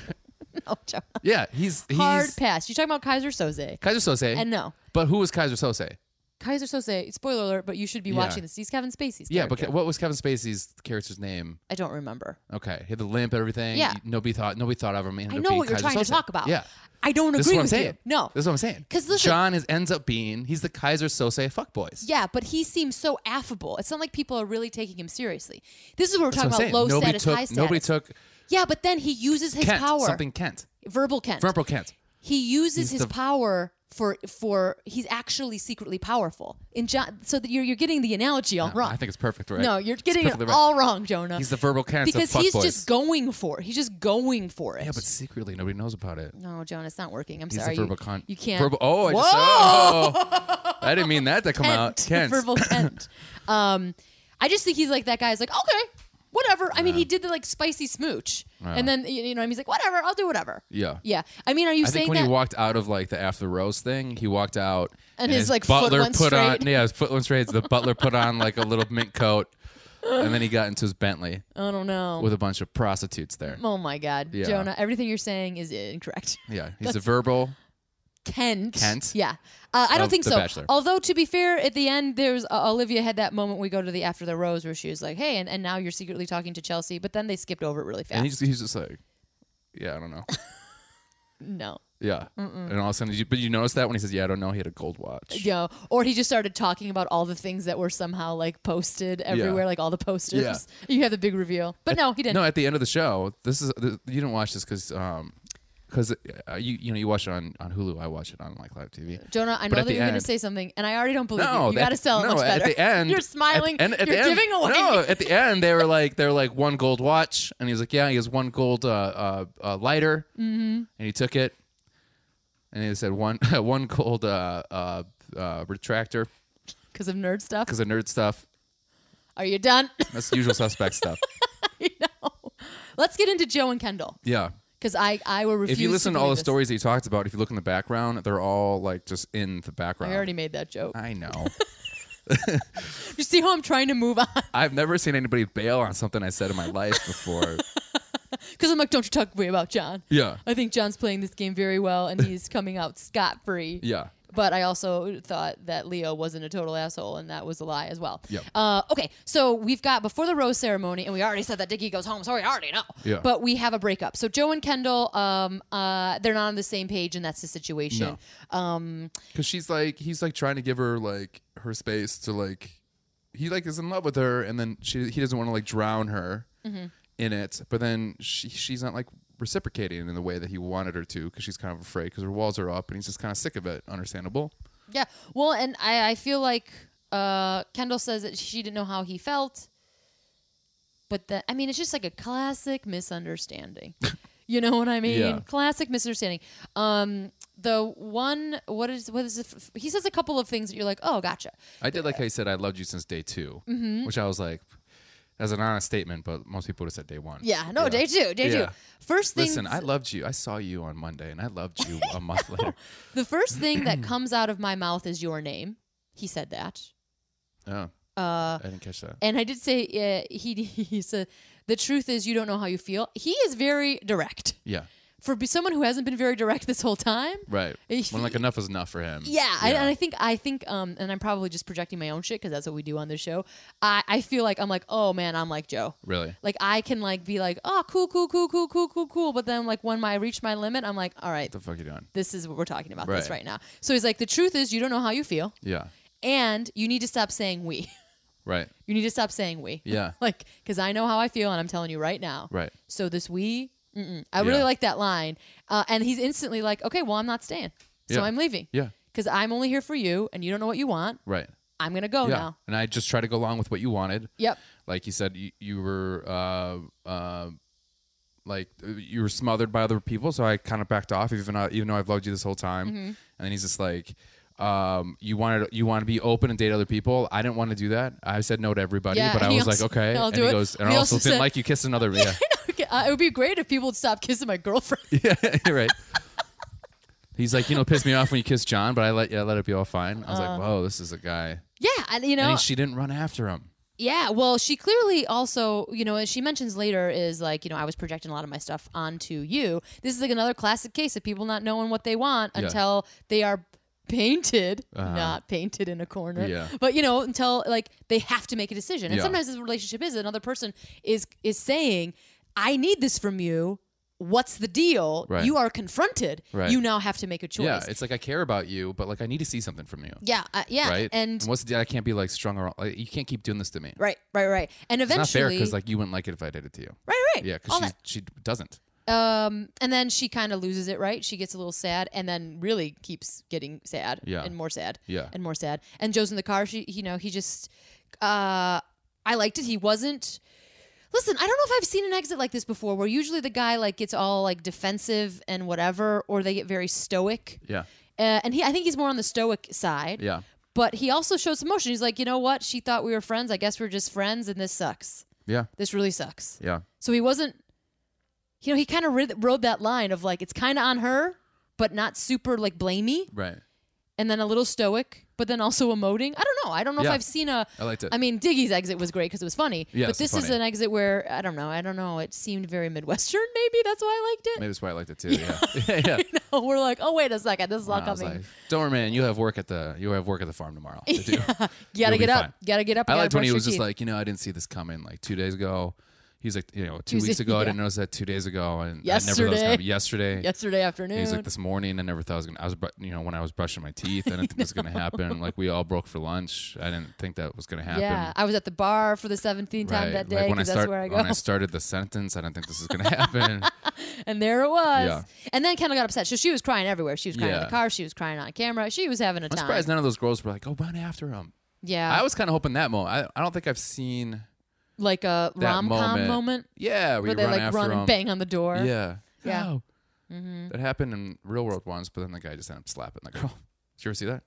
no, John.
Yeah, he's he's
Hard pass. You talking about Kaiser Soze?
Kaiser Sose.
And no.
but who was Kaiser Sose?
Kaiser Sose. Spoiler alert, but you should be
Yeah.
watching this. He's Kevin Spacey's.
Yeah,
character.
but what was Kevin Spacey's character's name?
I don't remember.
Okay, he had the limp, everything.
Yeah.
nobody thought nobody thought of him. He ended
I
up
know
being
what you're
Kaiser
trying to
Soze.
talk about.
Yeah,
I don't agree
This is what I'm
with
saying.
you. No,
This is what I'm saying.
'Cause listen-
John is, ends up being, he's the Kaiser Sose fuckboys.
Yeah, but he seems so affable. It's not like people are really taking him seriously. This is what we're
That's
talking
what I'm
about:
saying.
low
nobody
status,
took,
high status.
Nobody took
Yeah, but then he uses his
Kent,
power.
something Kent,
verbal Kent.
Verbal Kent.
he
He's
uses his
the-
power for for he's actually secretly powerful. In John, so that you're you're getting the analogy all wrong.
I think it's perfect, right?
no, you're
It's
getting it
perfectly right.
all wrong, Jonah.
He's the verbal Kent
because
of fuckboys.
he's just going for it. He's just going for it.
Yeah, but secretly nobody knows about it.
no, Jonah, it's not working. I'm
He's
sorry.
the verbal
you,
Kent.
you can't.
Verbal, oh, I
Whoa!
just oh, I didn't mean that to come out.
Kent.
Kent.
Verbal Kent. um, I just think he's like that guy's like, okay, whatever. I mean, he did the like spicy smooch. And then, you you know, he's like, whatever, I'll do whatever.
Yeah.
Yeah. I mean, are you
I
saying
think when
that?
he walked out of like the after rose thing, he walked out
And his, like, foot
butler
went
put
straight.
on yeah his foot went straight. The butler put on like a little mint coat, and then he got into his Bentley
I don't know.
with a bunch of prostitutes there.
oh my God.
Yeah.
Jonah, everything you're saying is incorrect.
Yeah, he's a verbal.
Kent.
Kent?
Yeah. Uh, I don't
Of
think
The
so.
Bachelor.
Although, to be fair, at the end, there's uh, Olivia had that moment we go to the After the Rose where she was like, hey, and, and now you're secretly talking to Chelsea, but then they skipped over it really fast.
And he's, he's just like, yeah, I don't know.
no.
Yeah. And all of a sudden, you, but you notice that when he says, yeah, I don't know, he had a gold watch.
Yeah, or he just started talking about all the things that were somehow like posted everywhere, like all the posters.
Yeah.
You have the big reveal, but no, he didn't.
No, at the end of the show, this is, th you didn't watch this because, um, because uh, you you know you watch it on, on Hulu. I watch it on like live TV.
Jonah, I
But
know
at
that
the
you're going to
end-
say something, and I already don't believe
No,
you. You
that-
got to sell it
no,
much better.
At the end,
you're smiling.
At, and at
you're
the end-
giving away.
No, at the end they were like they were like one gold watch, and he was like, yeah, he has one gold uh, uh, uh, lighter, mm-hmm. and he took it, and he said one one gold uh, uh, uh, retractor
because of nerd stuff.
because of nerd stuff.
Are you done?
That's usual suspect stuff.
no. Let's get into Joe and Kendall
Yeah.
because I I will refuse.
if you listen to all the
believe this.
stories that you talked about, if you look in the background, they're all like just in the background.
I already made that joke.
I know.
You see how I'm trying to move on?
I've never seen anybody bail on something I said in my life before.
Because I'm like, don't you talk to me about John.
yeah.
I think John's playing this game very well and he's coming out scot free.
Yeah.
But I also thought that Leo wasn't a total asshole, and that was a lie as well.
Yep.
Uh, okay, so we've got before the rose ceremony, and we already said that Dickie goes home. Sorry, I already know.
Yeah.
But we have a breakup. So Joe and Kendall, um, uh, they're not on the same page, and that's the situation. Um,
Cause she's like, he's like trying to give her like her space to like, he like is in love with her, and then she he doesn't want to like drown her
Mm-hmm.
in it, but then she she's not like reciprocating in the way that he wanted her to, because she's kind of afraid, because her walls are up, and he's just kind of sick of it. Understandable.
yeah. Well, and I, I feel like uh, Kendall says that she didn't know how he felt, but that I mean, it's just like a classic misunderstanding. you know what I mean?
Yeah.
Classic misunderstanding. Um, the one, what is what is? It, he says a couple of things that you're like, oh, gotcha.
I did like how you said I loved you since day 2
Mm-hmm.
which I was like, that's an honest statement, but most people would have said day one.
Yeah. No, day two, day
Yeah.
two. First thing,
Listen, I loved you. I saw you on Monday, and I loved you a month later.
the first thing that comes out of my mouth is your name. He said that.
Oh,
Uh,
I didn't catch that.
And I did say uh, he he said the truth is you don't know how you feel. He is very direct
Yeah,
for be- someone who hasn't been very direct this whole time.
right.
If
When like
he-
enough is enough for him.
Yeah, I, and I think I think um, and I'm probably just projecting my own shit because that's what we do on this show. I I feel like I'm like oh man I'm like Joe.
really.
Like I can like be like oh cool cool cool cool cool cool cool, but then like when I reach my limit, I'm like all right,
The fuck you doing?
this is what we're talking about this
Right.
right now. So he's like the truth is you don't know how you feel,
Yeah,
and you need to stop saying we.
right.
You need to stop saying we.
Yeah.
like because I know how I feel, and I'm telling you right now.
Right.
So this we, mm-mm. I really
Yeah.
like that line, uh, and he's instantly like, okay, well I'm not staying, so
Yeah.
I'm leaving.
Yeah,
because I'm only here for you and you don't know what you want.
right.
I'm going to go
yeah,
now.
and I just try to go along with what you wanted.
Yep.
Like you said, you, you were. Uh, uh, like uh, you were smothered by other people, so I kind of backed off, even though, even though I've loved you this whole time.
Mm-hmm.
And then he's just like, um, "You wanted you want to be open and date other people. I didn't want to do that. I said no to everybody,
Yeah,
but I
and he
was
also-
like, okay.
I'll
and
do
he
it.
goes, and
He
I also,
also
didn't
said-
like you kissed another. Yeah,
Okay, uh, it would be great if people would stop kissing my girlfriend.
yeah, you're right. He's like, you know, piss me off when you kiss John, but I let yeah, I let it be all fine. I was
Uh.
like, whoa, this is a guy.
yeah, and you know,
And he- she didn't run after him.
yeah. Well, she clearly also, you know, as she mentions later, is like, you know, I was projecting a lot of my stuff onto you. This is like another classic case of people not knowing what they want
Yeah. Uh-huh.
until they are painted, not painted in a corner,
Yeah.
but you know, until like they have to make a decision. And
Yeah.
sometimes this relationship is another person is is saying, "I need this from you." What's the deal?
Right.
You are confronted.
Right.
You now have to make a choice.
Yeah, it's like I care about you, but like I need to see something from you,
Yeah, uh, yeah,
right?
and
what's the deal? I can't be like strung around. Like, you can't keep doing this to me.
right, right, right, and
It's not fair
eventually,
because like you wouldn't like it if I did it to you.
right, right,
Yeah,
all
because she doesn't.
that. Um, and then she kind of loses it, right? She gets a little sad, and then really keeps getting sad,
Yeah.
and more sad,
Yeah.
and more sad. And Joe's in the car. She, you know, he just, uh, I liked it. He wasn't. Listen, I don't know if I've seen an exit like this before, where usually the guy like gets all like defensive and whatever, or they get very stoic.
Yeah,
Uh, and he, I think he's more on the stoic side.
yeah,
But he also showed some emotion. He's like, you know what? She thought we were friends. I guess we're just friends, and this sucks.
yeah,
This really sucks.
yeah.
So he wasn't, you know, he kind of rid- rode that line of like, it's kind of on her, but not super like blamey,
Right.
and then a little stoic, but then also emoting. I don't know. I don't know
Yeah.
if I've seen a.
I liked it.
I mean, Diggy's exit was great because it was funny.
Yeah,
but
it's
this is
funny.
an exit where I don't know. I don't know. It seemed very midwestern. Maybe that's why I liked it.
Maybe that's why I liked it too. Yeah, yeah. yeah.
You know, we're like, oh wait a second, this is all
I was
coming.
like, Don't worry, man. You have work at the you have work at the farm tomorrow. to do."
you gotta
you'll be
get up.
fine.
You gotta get up.
I
you gotta
liked when he
brush
was
your
just
teeth.
like, you know, I didn't see this coming like two days ago. He's like, you know, two
He's
weeks
like,
ago, I
yeah.
didn't notice that. Two days ago, and I never thought it was
Yesterday.
gonna be yesterday.
yesterday afternoon.
And he's like, this morning, I never thought I was gonna. I was, br- you know, when I was brushing my teeth, I didn't think this was gonna happen. Like we all broke for lunch. I didn't think that was gonna happen.
yeah, I was at the bar for the 17th time that day
like when I
because that's
start
where I go.
when I started the sentence, I didn't think this was gonna happen.
And there it was.
Yeah.
And then Kendall got upset. So she was crying everywhere. She was crying in the
Yeah.
car. She was crying on camera. She was having a
I'm
time.
surprised none of those girls were like, "Oh, run after him."
yeah.
I was kind of hoping that moment. I, I don't think I've seen
like a
that
rom com moment,
moment. Yeah, where
where
you
they
run
like
after
run
him.
and bang on the door.
Yeah,
Yeah. Mm-hmm.
No. That happened in real world once, but then the guy just ended up slapping the girl. Did you ever see that?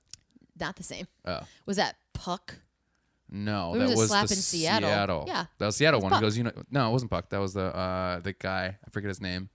Not the same.
Oh.
Was that Puck?
No,
There
that
was a
was
slap
the
in Seattle. Yeah.
That was Seattle one.
Puck.
He goes, you know, no, it wasn't Puck. That was the uh, the guy. I forget his name.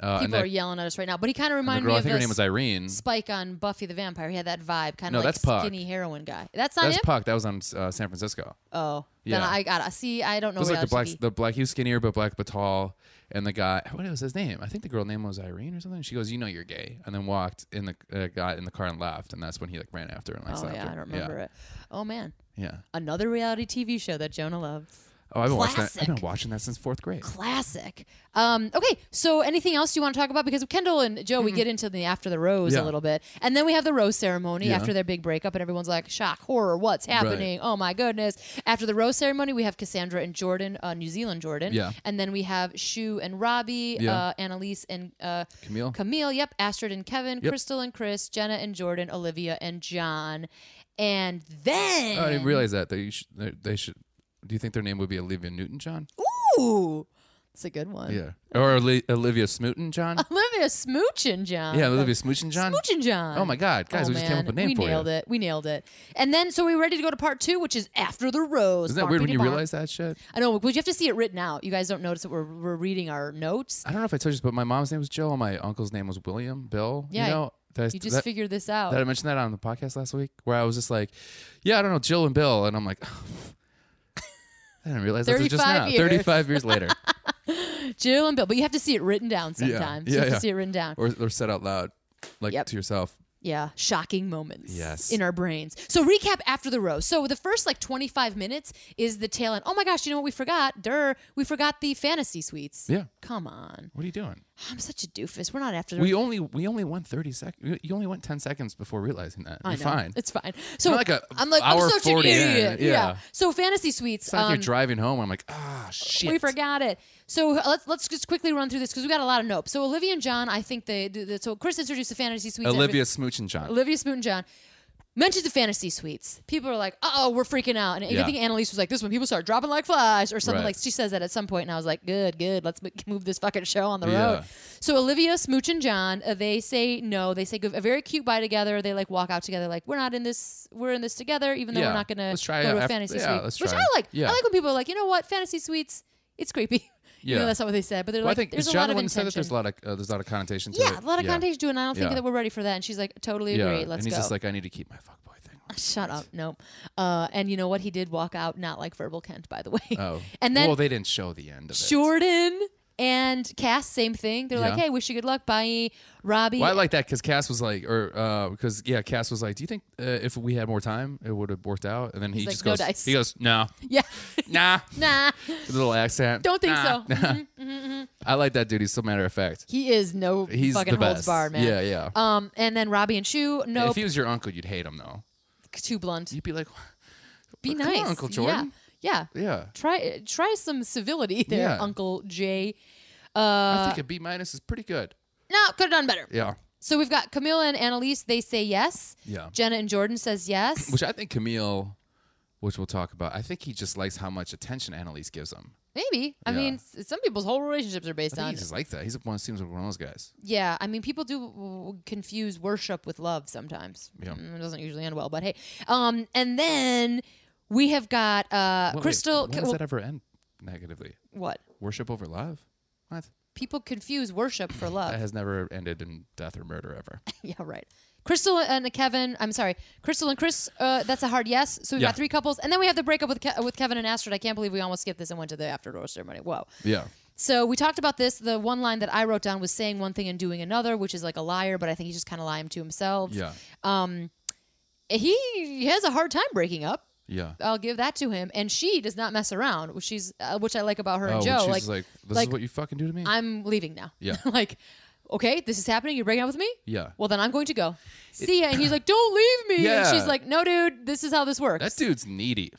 Uh, and
People
that,
are yelling at us right now. But he kind
the
of reminded
girl,
me
I
of
think her
this
name was Irene.
Spike on Buffy the Vampire. He had that vibe, kind
No,
of like
that's Puck.
skinny heroin guy. That's not
That's
him.
Puck. That was on uh, San Francisco.
Oh, then
Yeah.
I got. to See, I don't know.
Those are like the
reality
black,
TV.
the black. He was skinnier but black but tall. And the guy, what was his name? I think the girl name was Irene or something. She goes, "You know you're gay," and then walked in the uh, got in the car and left. And that's when he like ran after her and like
Oh
slapped
yeah,
her.
I don't remember
yeah.
it. Oh man,
Yeah.
another reality TV show that Jonah loves.
Oh, I've been watching that. I've
Classic.
been watching that since fourth grade.
Classic. Um, okay, so anything else you want to talk about? Because Kendall and Joe, we get into the after the rose
Mm-hmm. Yeah.
a little bit, and then we have the rose ceremony
Yeah.
after their big breakup, and everyone's like, shock, horror, what's happening? Oh my goodness! After the rose ceremony, we have Cassandra and Jordan, uh, New Zealand Jordan,
Yeah.
and then we have Shu and Robbie,
Yeah.
uh, Annalise and uh,
Camille.
Camille, yep. Astrid and Kevin,
Yep.
Crystal and Chris, Jenna and Jordan, Olivia and John. And then.
Oh, I didn't realize that. They should, they, they should. Do you think their name would be Olivia Newton John?
Ooh, it's a good one.
Yeah. Or Oli- Olivia Smootin John?
Olivia Smoochin' John.
yeah, Olivia Smoochin John.
Smoochin' John.
Oh my God, guys,
Oh,
we just came up
man.
with a name
we
for
nailed
you.
it. We nailed it. And then, so we were ready to go to part two, which is After the Rose.
Isn't that weird when you
Boppity-bop.
realize that shit?
I know, but you have to see it written out. You guys don't notice that we're, we're reading our notes.
I don't know if I told you this, but my mom's name was Jill and my uncle's name was William. Bill.
Yeah,
You know, did I,
You just
that-
figured this out.
did I mention that on the podcast last week? Where I was just like, yeah, I don't know, Jill and Bill. And I'm like, "Oh, I didn't realize that was just
35
now.
years.
35 years later.
Jill and Bill. But you have to see it written down
Yeah.
sometimes.
Yeah,
you have
yeah.
to see it written down.
Or, or said out loud, like
Yep.
to yourself.
Yeah, shocking moments.
Yes.
In our brains. So recap after the row. So the first like 25 minutes is the tail end. Oh my gosh, you know what we forgot? Durr, we forgot the fantasy suites.
Yeah.
Come on.
What are you doing?
I'm such a doofus. We're not after the
We only we only went 30 seconds. You only went 10 seconds before realizing that.
I
You're
know.
fine.
It's fine. So
not like a
I'm like, I'm
hour
such
40
an
in.
idiot.
Yeah.
So fantasy suites.
It's not like
um,
you're driving home. I'm like, ah, shit.
We forgot it. So uh, let's let's just quickly run through this because we got a lot of nope. So Olivia and John, I think they, do the so Chris introduced the fantasy suites. Every-
Olivia Smooch and John.
Olivia Spoon John mentioned the fantasy suites. People are like, uh oh, we're freaking out. And I
Yeah.
think Annalise was like, this when people start dropping like flies or something
Right.
like she says that at some point. And I was like, good, good. Let's m- move this fucking show on the road.
Yeah.
So Olivia, Smooch, and John, uh, they say no. They say go- a very cute bye together. They like walk out together. Like we're not in this. We're in this together, even though
Yeah.
we're not gonna
Let's try it
go to a
after-
fantasy
yeah,
suite,
let's
which
try
I
it.
like. I
Yeah.
like when people are like, you know what, fantasy suites, it's creepy. you know,
Yeah.
that's not what they said, but they're
Well,
like,
I think
there's
it's
a
John
lot
the
of
one who said
intention.
that there's a lot of uh, there's a lot of connotation to it.
yeah, a lot of connotation to it. And I don't think
Yeah.
that we're ready for that. And she's like, totally
Yeah.
agree.
and
Let's
he's
go.
just like, I need to keep my fuck boy thing.
Shut up. Nope. Uh, and you know what? He did walk out, not like verbal Kent, by the way.
Oh,
And then
well, they didn't show the end of it.
Jordan and Cass, same thing. They're like,
Yeah.
hey, wish you good luck. Bye. Robbie.
Well, I like that because Cass was like, or uh, because yeah, Cass was like, do you think uh, if we had more time, it would have worked out? And then he
He's
just
like, "No
goes,
dice."
he goes, no,
yeah.
nah,
nah.
with a little accent.
Don't think
Nah.
so. Mhm.
I like that dude. He's so matter of fact.
He is no
He's
fucking
the
holds
best.
barred, man.
Yeah, yeah.
Um, and then Robbie and Shu, nope,
If he was your uncle, you'd hate him though.
too blunt.
You'd be like,
Be
Come on,
nice,
Uncle Jordan.
Yeah, yeah.
yeah.
Try try some civility there,
Yeah.
Uncle Jay.
I
Uh,
think a B minus is pretty good.
No, could have done better.
Yeah.
So we've got Camilla and Annalise. They say yes.
Yeah.
Jenna and Jordan says yes.
Which I think Camille, which we'll talk about, I think he just likes how much attention Annalise gives him.
Maybe. I
Yeah.
mean, s- some people's whole relationships are
I
based
think
on.
he just likes that. He's one seems like one of those guys.
yeah. I mean, people do w- w- confuse worship with love sometimes.
Yeah.
Mm, It doesn't usually end well, but hey. Um, and then we have got uh,
What- wait,
Crystal.
when
Ca-
does
well,
that ever end negatively?
what?
Worship over love. What?
People confuse worship for
That
love.
has never ended in death or murder ever.
yeah, right. Crystal and Kevin. I'm sorry, Crystal and Chris. Uh, that's a hard yes. So we've
Yeah.
got three couples, and then we have the breakup with Ke- with Kevin and Astrid. I can't believe we almost skipped this and went to the after door ceremony. Whoa.
Yeah.
So we talked about this. The one line that I wrote down was saying one thing and doing another, which is like a liar, but I think he's just kind of lying to himself.
Yeah.
He has a hard time breaking up.
Yeah.
I'll give that to him. And she does not mess around, which she's uh, which I like about her
oh,
and
when
Joe.
she's
like,
like, this
like,
is what you fucking do to me.
I'm leaving now.
Yeah.
like, okay, this is happening. You're breaking up with me.
Yeah.
Well, then I'm going to go. See ya. And he's like, don't leave me.
Yeah.
And she's like, no, dude, this is how this works.
that dude's needy.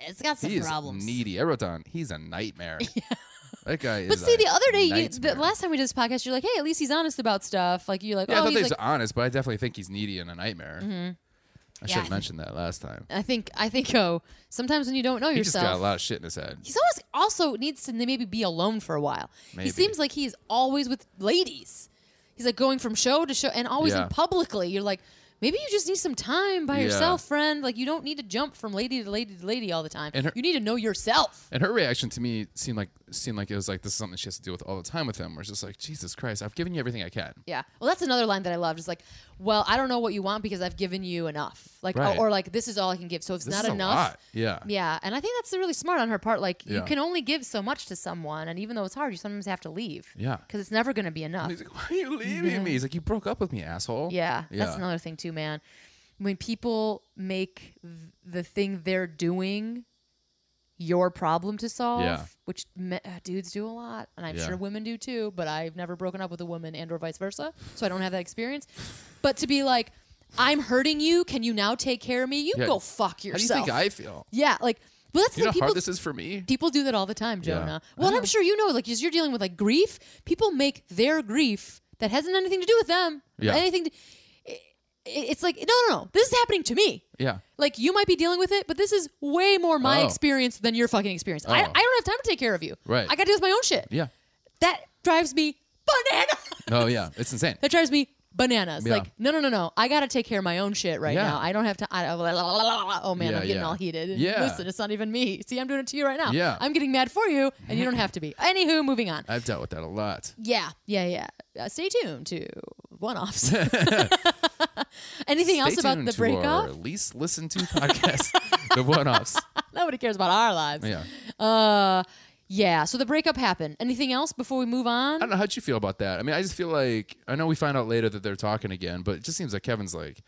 it's got some
He is
problems.
needy. I wrote down. He's a nightmare. That guy is.
But see,
a
the other day, you,
nightmare.
the last time we did this podcast, you're like, hey, at least he's honest about stuff. Like, you're like,
Yeah, I
oh,
thought
he's
they
like, Mm-hmm.
was honest, but I definitely think he's needy and a nightmare. I should
I
have mentioned that last time.
I think I think oh, sometimes when you don't know
He just
yourself,
got a lot of shit in his head.
he's always also needs to maybe be alone for a while. He
Maybe.
seems like he's always with ladies. He's like going from show to show and always
Yeah.
in publicly. You're like, maybe you just need some time by
Yeah.
yourself, friend. Like you don't need to jump from lady to lady to lady all the time.
And her-
you need to know yourself.
And her reaction to me seemed like seemed like it was like this is something she has to deal with all the time with him. Where it's just like Jesus Christ, I've given you everything I can.
Yeah. Well, that's another line that I loved. It's like, well, I don't know what you want because I've given you enough. Like,
Right.
or, or like this is all I can give. So if it's
This
not
is a
enough.
lot. Yeah.
Yeah, and I think that's really smart on her part. Like, you
Yeah.
can only give so much to someone, and even though it's hard, you sometimes have to leave.
Yeah.
because it's never going to be
And
enough.
he's like, why are you leaving me? He's like, you broke up with me, asshole.
Mm-hmm. Yeah,
Yeah.
that's another thing too, man. When people make th- the thing they're doing your problem to solve,
Yeah.
which me- uh, dudes do a lot, and I'm
Yeah.
sure women do too, but I've never broken up with a woman and or vice versa, so I don't have that experience. But to be like, I'm hurting you. Can you now take care of me? You
Yeah.
go fuck
How do you
yourself.
think I feel?
yeah, like, well, that's
Do you know how
the thing. People
hard this is for me?
People do that all the time,
Yeah.
Jonah. Well, and I'm sure you know, like, as you're dealing with like grief, people make their grief that hasn't anything to do with them.
Yeah.
Anything. To, i- it's like no, no, no. This is happening to me.
Yeah.
Like you might be dealing with it, but this is way more my
Oh.
experience than your fucking experience. I, I
Oh.
don't have time to take care of you.
Right.
I got to do with my own shit.
Yeah.
That drives me bananas.
Oh yeah. It's insane.
that drives me bananas.
Yeah.
Like no, no, no, no. I got to take care of my own shit right
Yeah.
now. I don't have to. I, oh man,
Yeah,
I'm getting
yeah.
all heated.
Yeah.
Listen, it's not even me. See, I'm doing it to you right now.
Yeah. Uh,
I'm getting mad for you, and you don't have to be. Anywho, moving on.
I've dealt with that a lot.
Yeah, yeah, yeah. Uh, stay tuned to one offs. Anything else
Stay
about
tuned
the
to
break
our
off?
least listened to podcast, the one offs.
Nobody cares about our lives.
Yeah.
Uh, yeah. So the breakup happened. Anything else before we move on?
I don't know how'd you feel about that. I mean, I just feel like I know we find out later that they're talking again, but it just seems like Kevin's like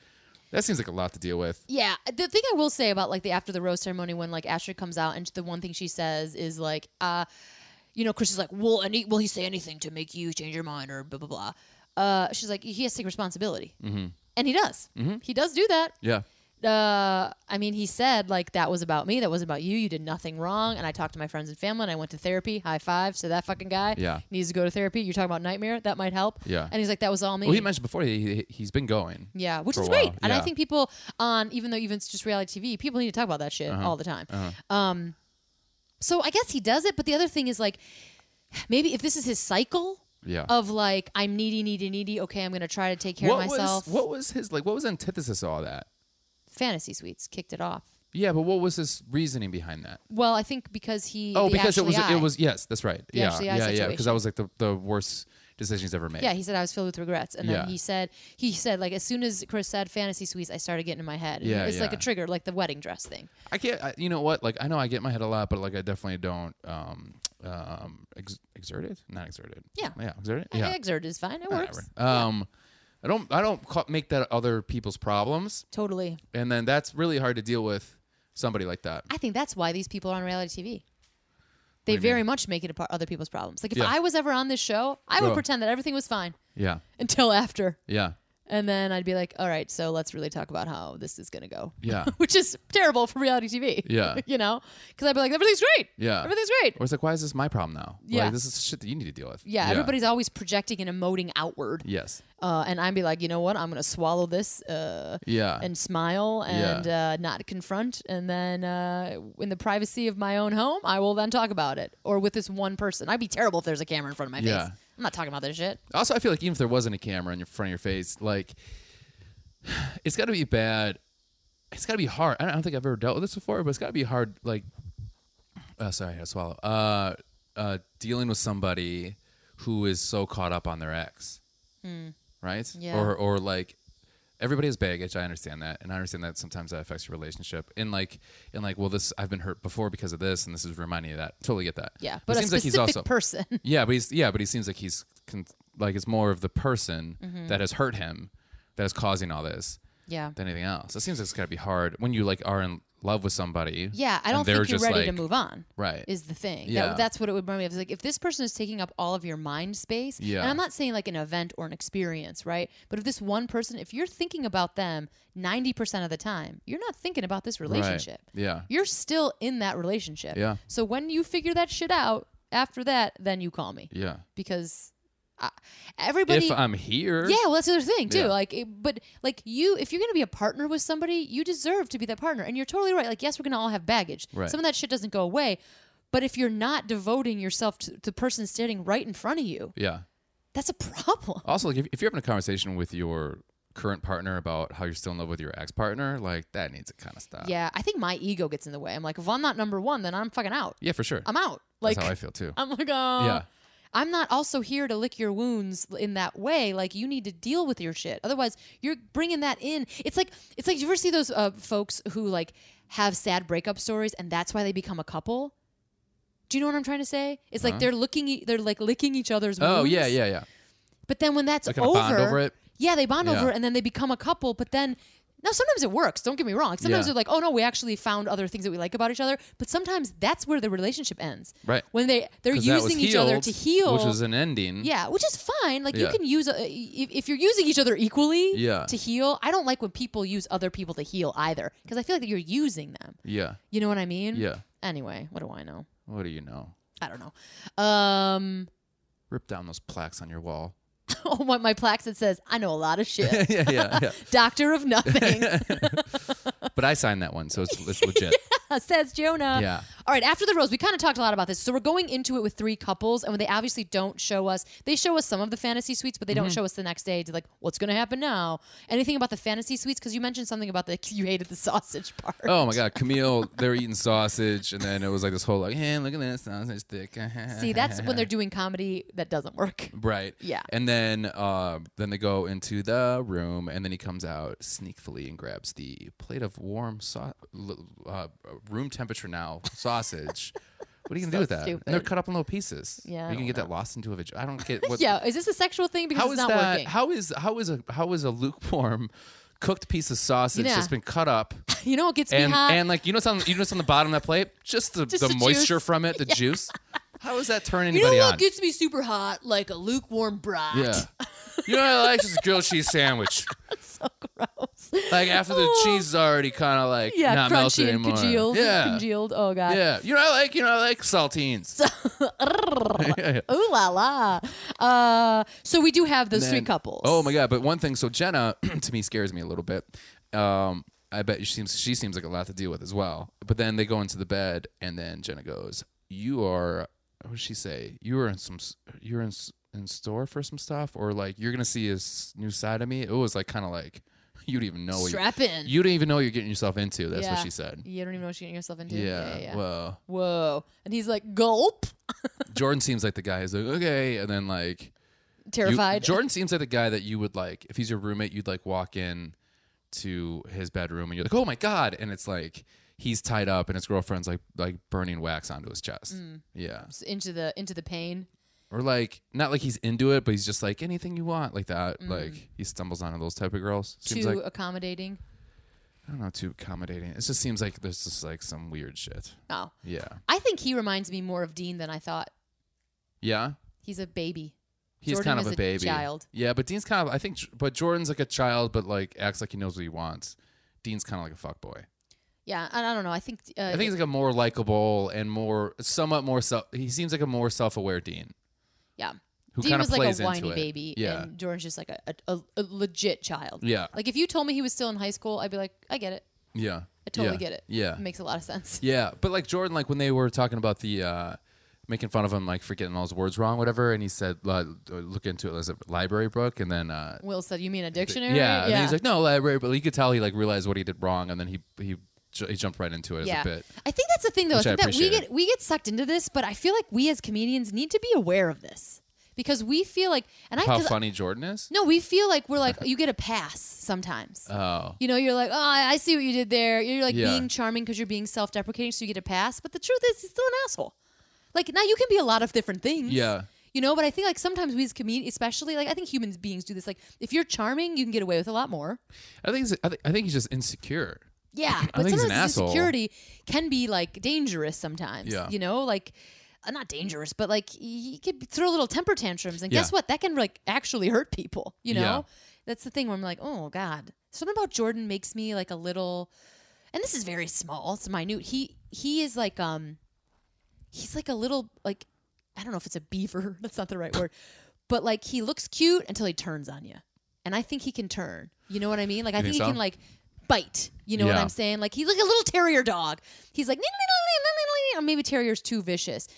that seems like a lot to deal with.
Yeah, the thing I will say about like the after the rose ceremony when like Astrid comes out and the one thing she says is like, uh, you know, Chris is like, will any will he say anything to make you change your mind or blah blah blah? Uh, she's like, he has to take responsibility, mm-hmm. and he does.
Mm-hmm.
He does do that.
Yeah.
Uh, I mean, he said like that was about me, that wasn't about you. You did nothing wrong, and I talked to my friends and family, and I went to therapy. High five So that fucking guy.
Yeah.
needs to go to therapy. You're talking about nightmare. That might help.
Yeah.
and he's like, that was all me.
Well, he mentioned before he, he he's been going.
Yeah, which
for
is
a
great.
while.
And I
Yeah.
think people on even though even it's just reality TV, people need to talk about that shit
Uh-huh.
all the time. Um so I guess he does it, but the other thing is like maybe if this is his cycle
Yeah.
of like I'm needy, needy, needy, okay, I'm gonna try to take care
what
of myself.
was what was his like? What was antithesis to all that?
Fantasy suites kicked it off.
Yeah, but what was his reasoning behind that?
Well, I think because he
Oh,
the
because it
actually
was
I-
it was yes, that's right.
The
yeah,
actually I
yeah, yeah. Because
situation.
that was like the, the worst decision he's ever made.
Yeah, he said I was filled with regrets, and then
Yeah.
he said he said like as soon as Chris said fantasy suites, I started getting in my head. And
Yeah,
it's like a
yeah.
trigger, like the wedding dress thing.
I can't. I, you know what? Like I know I get in my head a lot, but like I definitely don't um um ex- exert it. Not exerted.
Yeah.
yeah, exert it.
Yeah.
Yeah,
Exert is fine. It
whatever.
works.
Um, I don't I don't ca- make that other people's problems,
Totally.
and then that's really hard to deal with somebody like that.
I think that's why these people are on reality TV. They
you
very much make it apart other people's problems. Like if
Yeah.
I was ever on this show, I would
Oh.
pretend that everything was fine
Yeah,
until after,
yeah,
and then I'd be like, "All right, so let's really talk about how this is gonna go."
Yeah.
which is terrible for reality TV.
Yeah.
you know, because I'd be like, "Everything's great."
Yeah.
everything's great.
Or it's like, why is this my problem now?
Yeah.
like, this is shit that you need to deal with.
Yeah, everybody's always projecting and emoting outward,
Yes.
uh, and I'd be like, "You know what? I'm gonna swallow this." Uh,
Yeah.
and smile
Yeah.
and uh, not confront. And then uh, in the privacy of my own home, I will then talk about it or with this one person. I'd be terrible if there's a camera in front of my
Yeah.
face. I'm not talking about this shit.
Also, I feel like even if there wasn't a camera in your front of your face, like it's got to be bad. It's got to be hard. I don't- I don't think I've ever dealt with this before, but it's got to be hard. Like, uh, sorry, I had to swallow. Uh, uh, dealing with somebody who is so caught up on their ex, right?
Hmm. Yeah.
Or or like everybody has baggage. I understand that, and I understand that sometimes that affects your relationship. And like and like, well, this I've been hurt before because of this, and this is reminding you of that. Totally get that.
Yeah,
it
but a
seems like
specific
he's also
person.
yeah, but he's yeah, but he seems like he's con- like it's more of the person
Mm-hmm.
that has hurt him that is causing all this
yeah.
than anything else. It seems like it's gotta be hard when you like are in love with somebody.
Yeah, I
and
don't
they're
think you're
just,
ready to
like-
move on.
Right.
Is the thing.
Yeah.
That, that's what it would remind me of. It's like if this person is taking up all of your mind space,
Yeah.
and I'm not saying like an event or an experience, right? But if this one person, if you're thinking about them 90% of the time, you're not thinking about this relationship.
Yeah.
You're still in that relationship.
Yeah.
So when you figure that shit out after that, then you call me.
Yeah.
Because I, everybody.
if I'm here.
Yeah, well, that's the other thing too.
Yeah.
Like, it, but like you, if you're gonna be a partner with somebody, you deserve to be that partner, and you're totally right. Like, yes, we're gonna all have baggage.
Right.
Some of that shit doesn't go away, but if you're not devoting yourself to the person standing right in front of you,
Yeah.
that's a problem.
Uh, Also, like if, if you're having a conversation with your current partner about how you're still in love with your ex partner, like that needs to kind of stop.
Yeah, I think my ego gets in the way. I'm like, if I'm not number one, then I'm fucking out.
Yeah, for sure.
I'm out. Like
That's how I feel too.
I'm like, oh,
Yeah.
I'm not also here to lick your wounds in that way. Like you need to deal with your shit. Otherwise, you're bringing that in. It's like it's like you ever see those uh, folks who like have sad breakup stories, and that's why they become a couple. Do you know what I'm trying to say? It's like they're looking, e- they're like licking each other's.
Uh-huh. oh
wounds,
yeah, yeah, yeah.
But then when that's
They kinda
over,
bond over it.
yeah, they bond
Yeah.
over it, and then they become a couple. But then. Now, sometimes it works. Don't get me wrong. Sometimes
Yeah.
they're like, "Oh no, we actually found other things that we like about each other." But sometimes that's where the relationship ends.
Right.
When they they're
'Cause that was
using each other
healed,
to heal,
which is an ending.
yeah, which is fine. Like you
Yeah.
can use a, if if you're using each other equally
Yeah.
to heal. I don't like when people use other people to heal either because I feel like that you're using them.
yeah.
You know what I mean?
Yeah.
Anyway, what do I know?
What do you know?
I don't know. Um,
Rip down those plaques on your wall.
oh, my, my plaques that says I know a lot of shit.
yeah, yeah, yeah.
Doctor of nothing
But I signed that one, so it's, it's legit.
says Jonah.
Yeah.
All right. After the rose, we kind of talked a lot about this, so we're going into it with three couples, and when they obviously don't show us, they show us some of the fantasy suites, but they
Mm-hmm.
don't show us the next day to like what's going to happen now. Anything about the fantasy suites? Because you mentioned something about the you hated the sausage part.
Oh my God, Camille, they were eating sausage, and then it was like this whole like, hey, look at that sausage stick.
See, that's when they're doing comedy that doesn't work.
right.
Yeah.
And then, uh, then they go into the room, and then he comes out sneakily and grabs the plate of warm, sau- l- uh, room temperature now sausage. What are you gonna do with that?
stupid.
And they're cut up in little pieces.
Yeah, I
you
don't
can get that lost into a vagina. I don't get what.
Yeah, is this a sexual thing? Because
How
it's
is
not
that?
working.
How is how is a how is a lukewarm cooked piece of sausage
Yeah.
that's been cut up?
you know what gets
and
me hot?
and like you know what's on you know what's on the bottom of that plate? Just the,
Just
the,
the juice.
moisture from it, the juice. How does that turn
you know
anybody
what
on?
gets me super hot? Like a lukewarm brat.
yeah. You know what I like? Just a grilled cheese sandwich.
so gross.
Like after the
Oh.
cheese is already kind of like
Yeah,
not melted
crunchy and
anymore.
congealed.
Yeah.
Congealed. Oh god.
Yeah. You know what I like? You know I like saltines. Yeah, yeah.
Ooh la la. Uh, so we do have those three
And-
couples.
Oh my god! But one thing, so Jenna to me scares me a little bit. Um, I bet she seems she seems like a lot to deal with as well. But then they go into the bed, and then Jenna goes, "You are what does she say? You are in some s- you're in s- in store for some stuff, or like you're gonna see a s- new side of me." It was like kind of like oh, you don't even know what
Strap
you,
in.
You don't even know what you're getting yourself into. That's
Yeah.
what she said.
You don't even know what you're getting yourself into.
Yeah.
yeah, yeah.
Well,
Whoa. And he's like, gulp.
Jordan seems like the guy who's like okay, and then like. You-
Terrified.
Jordan seems like the guy that you would like if he's your roommate, you'd like walk in to his bedroom and you're like, "Oh my god!" And it's like he's tied up and his girlfriend's like like burning wax onto his chest.
Mm.
Yeah,
into the into the pain.
or like not like he's into it, but he's just like anything you want like that. Like he stumbles onto those type of girls. Seems
Mm. too
like
accommodating.
I don't know, too accommodating. It just seems like there's just like some weird shit.
Oh.
Yeah,
I think he reminds me more of Dean than I thought.
yeah.
He's a baby.
He's
Jordan
kind of
is
a
a
baby.
child.
Yeah, but Dean's kind of I think, but Jordan's like a child, but like acts like he knows what he wants. Dean's kind of like a fuck boy.
Yeah, I I don't know. I think uh,
I think he's like a more likable and more somewhat more self. He seems like a more self-aware Dean
yeah.
who
Dean
kind of
was
plays
like a whiny
into it.
baby,
Yeah,
and Jordan's just like a, a, a- a legit child.
Yeah.
Like if you told me he was still in high school, I'd be like, I get it.
yeah.
I totally
yeah.
get it.
Yeah,
It makes a lot of sense.
yeah. But like Jordan, like when they were talking about the uh making fun of him, like for getting all his words wrong, whatever, and he said, uh, "Look into it as a library book," and then. uh
Will said, "You mean a dictionary?"
yeah, and then he's like, no, library, but you could tell he like realized what he did wrong, and then he he ju- he jumped right into it as a bit.
I think that's the thing though. I
Which I
think that we
appreciated.
get we get sucked into this, but I feel like we as comedians need to be aware of this because we feel like and I, uh,
How
'cause I-
funny Jordan is.
no, we feel like we're like you get a pass sometimes.
Oh,
you know, you're like, oh, I I see what you did there. You're like
Yeah.
being charming because you're being self-deprecating, so you get a pass. But the truth is, he's still an asshole. Like now, you can be a lot of different things.
Yeah.
You know, but I think like sometimes we as comedians, especially like I think humans beings do this. Like if you're charming, you can get away with a lot more.
I think he's, I think I think he's just insecure.
Yeah, but
think he's an
sometimes his
asshole.
insecurity can be like dangerous sometimes.
Yeah.
You know, like uh, not dangerous, but like he could throw little temper tantrums, and guess
Yeah.
what? That can like actually hurt people. You know,
Yeah.
that's the thing where I'm like, oh god, something about Jordan makes me like a little, and this is very small, it's minute. He he is like um, he's like a little like I don't know if it's a beaver. That's not the right word, but like he looks cute until he turns on you, and I think he can turn. You know what I mean? Like I think,
think
he
so?
can like bite. You know what
Yeah.
I'm saying? Like he's like a little terrier dog. He's like, "Nee, nee, nee, nee, nee, nee, nee," or maybe terrier's too vicious.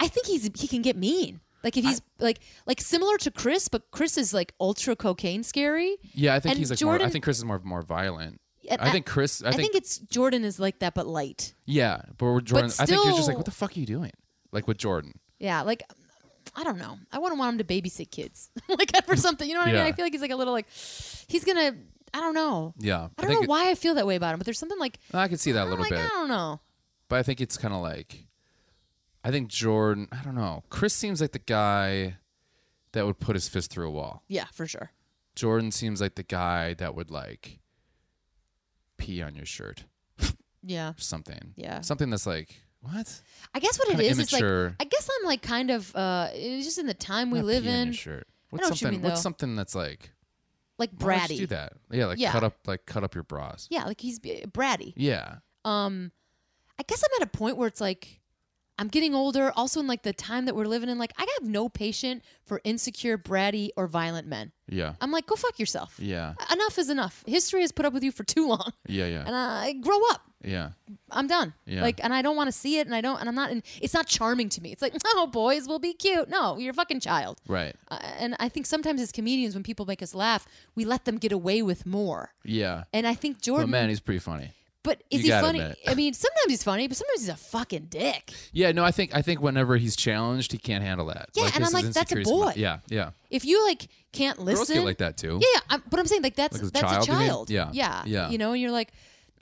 I think he's he can get mean. Like if he's like like similar to Chris, but Chris is like ultra cocaine scary.
Yeah, I think
And
he's like more,
Jordan-
I think Chris is more more violent.
And
I think Chris. I,
I think it's Jordan is like that, but light.
yeah, but we're Jordan. I think you're just like,
still-
what the fuck are you doing? Like with Jordan.
Yeah, like I don't know. I wouldn't want him to babysit kids, like for something. You know what I
Yeah.
mean? I feel like he's like a little like he's gonna. I don't know.
Yeah,
I don't know Oh
think it-
why I feel that way about him, but there's something like
I could see that a
I'm
little
like
bit,
I don't know.
but I think it's kind of like, I think Jordan. I don't know. Chris seems like the guy that would put his fist through a wall.
Yeah, for sure.
Jordan seems like the guy that would like pee on your shirt
Yeah,
or something.
Yeah.
Something that's like, what?
I guess what it
Kinda
is is
immature.
like I guess I'm like kind of uh it's just in the time we
Not
live
pee on
in,
your shirt.
know
What's
what you
something
mean,
what's
though.
something that's like
like
why don't you
bratty.
do that. Yeah, like
Yeah.
cut up like cut up your bras.
Yeah, like he's b- bratty.
Yeah.
um i guess i'm at a point where it's like i'm getting older also in like the time that we're living in like i have no patience for insecure bratty or violent men
Yeah.
i'm like go fuck yourself
Yeah.
enough is enough history has put up with you for too long
Yeah, yeah.
and i grow up
yeah.
i'm done
Yeah.
like and i don't want to see it and i don't and i'm not in it's not charming to me it's like no boys will be cute no you're a fucking child
Right.
uh, and i think sometimes as comedians when people make us laugh we let them get away with more
Yeah.
and i think jordan
But man, he's pretty funny.
but is
You
he
gotta
funny?
admit.
I mean, sometimes he's funny, but sometimes he's a fucking dick.
Yeah, no, I think I think whenever he's challenged, he can't handle that.
Yeah, and
his
I'm like, that's a
insecurities come out.
boy.
Yeah, yeah.
If you like can't
Girls
listen,
get like that too.
yeah, yeah. I'm, but I'm saying like that's
Like as a
that's
child,
a
you mean?
child.
Yeah,
yeah,
yeah.
You know, and you're like,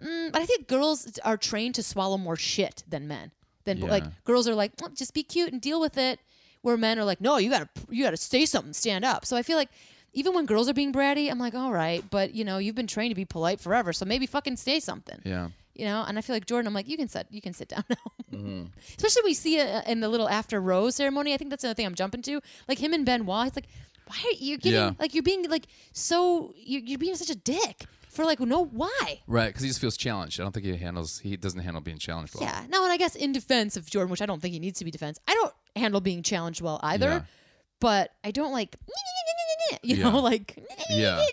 mm, but I think girls are trained to swallow more shit than men. Than bo-
Yeah.
like girls are like, "Mm, just be cute and deal with it. Where men are like, no, you gotta you gotta say something, stand up. So I feel like. Even when girls are being bratty, I'm like, all right, but you know, you've been trained to be polite forever, so maybe fucking say something.
Yeah.
you know and i feel like jordan i'm like you can sit you can sit down now
Mm-hmm.
especially we see it in the little after row ceremony i think that's another thing i'm jumping to like him and benoit it's like why are you getting
Yeah.
like you're being like so you're, you're being such a dick for like no why
Right, because he just feels challenged. I don't think he handles. He doesn't handle being challenged well.
yeah no and i guess in defense of jordan which i don't think he needs to be defense i don't handle being challenged well either
Yeah.
but i don't like you know
Yeah.
like
Yeah.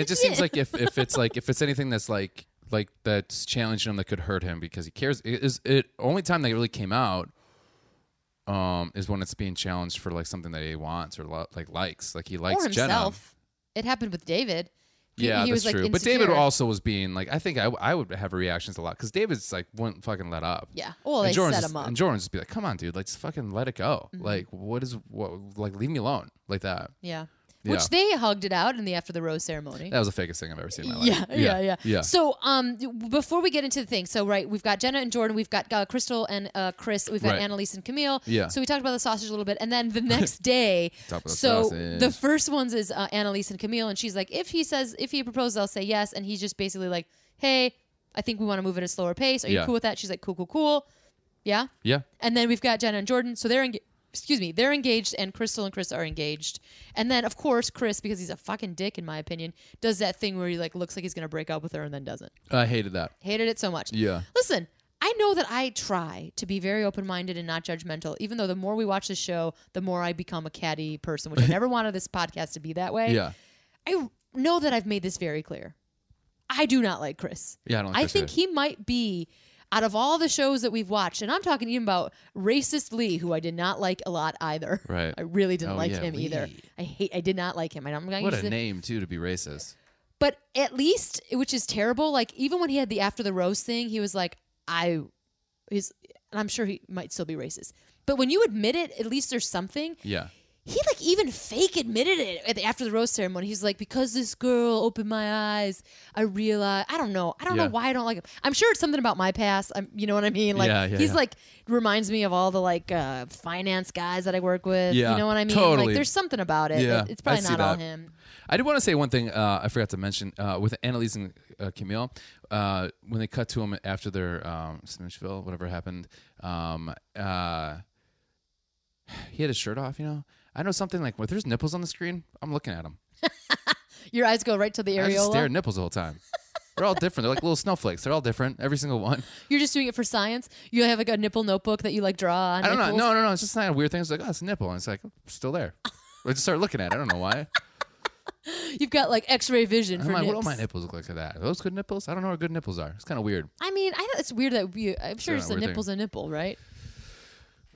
It just seems like if, if it's like if it's anything that's like like that's challenging him that could hurt him because he cares. It is it only time they really came out um is when it's being challenged for like something that he wants or lo- like likes. Like he likes
or
Jenna.
himself it happened with david He-
Yeah,
he
that's
was, like,
true. But David
insecure.
also was being like, I think I, I would have reactions a lot because David's like wouldn't fucking let up.
yeah well they
and Jordan's
set
just,
him up Mm-hmm.
and Jordan's just be like, come on, dude, like just fucking let it go. Like what is what? Like leave me alone like that.
Yeah.
Yeah.
Which they hugged it out in the after the rose ceremony.
That was the fakest thing I've ever seen in my life.
Yeah, yeah, yeah,
yeah.
So, um, before we get into the thing, so right, we've got Jenna and Jordan, we've got uh, Crystal and uh, Chris, we've got
Right.
Annalise and Camille.
Yeah.
So we talked about the sausage a little bit, and then the next day,
Top of the
so
sausage.
the first ones is uh, Annalise and Camille, and she's like, if he says if he proposes, I'll say yes, and he's just basically like, hey, I think we want to move at a slower pace. Are you
Yeah.
cool with that? She's like, cool, cool, cool. Yeah.
yeah.
And then we've got Jenna and Jordan. So they're engaged. Excuse me, they're engaged, and Crystal and Chris are engaged. And then, of course, Chris, because he's a fucking dick, in my opinion, does that thing where he like looks like he's gonna break up with her and then doesn't.
I hated that.
Hated it so much.
Yeah.
Listen, I know that I try to be very open minded and not judgmental. Even though the more we watch this show, the more I become a catty person, which I never wanted this podcast to be that way.
Yeah.
I know that I've made this very clear. I do not like Chris.
Yeah, I don't like
I
Chris either.
think he might be out of all the shows that we've watched, and I'm talking even about racist Lee, who I did not like a lot either.
Right.
I really didn't
Oh,
like
yeah,
him either.
Lee.
I hate. I did not like him. I don't, I'm going
What
to use
a
the,
name too to be racist.
but at least, which is terrible. Like even when he had the after the rose thing, he was like, I, his, and I'm sure he might still be racist. But when you admit it, at least there's something
Yeah.
he like even fake admitted it at the, after the rose ceremony. He's like, because this girl opened my eyes, I realized I don't know, I don't
Yeah.
know why I don't like him. I'm sure it's something about my past. I'm, you know what I mean? Like
Yeah, yeah,
he's
yeah.
like reminds me of all the like uh, finance guys that I work with.
Yeah,
you know what I mean?
totally.
Like there's something about it.
Yeah,
It- it's probably
I see
not all
that.
him.
I did want to say one thing uh, I forgot to mention uh, with Annalise and uh, Camille uh, when they cut to him after their um, Smoochville, whatever happened. Um, uh, he had his shirt off, you know. I know something like, well, if there's nipples on the screen, I'm looking at them.
Your eyes go right to the
I just stare at
areola.
nipples the whole time. They're all different. They're like little snowflakes. They're all different. Every single one.
You're just doing it for science. You have like a nipple notebook that you like draw on.
I don't know.
nipples.
No, no, no. It's just not a weird thing. It's like, oh, it's a nipple. And it's like, still there. I just start looking at it. I don't know why.
You've got like X-ray vision
I'm
for
like, what do
nips.
my nipples look like to that? Are those good nipples? I don't know what good nipples are. It's kind of weird.
I mean, I thought it's weird that you. I'm sure
not
it's a
weird thing.
nipple's a nipple, right?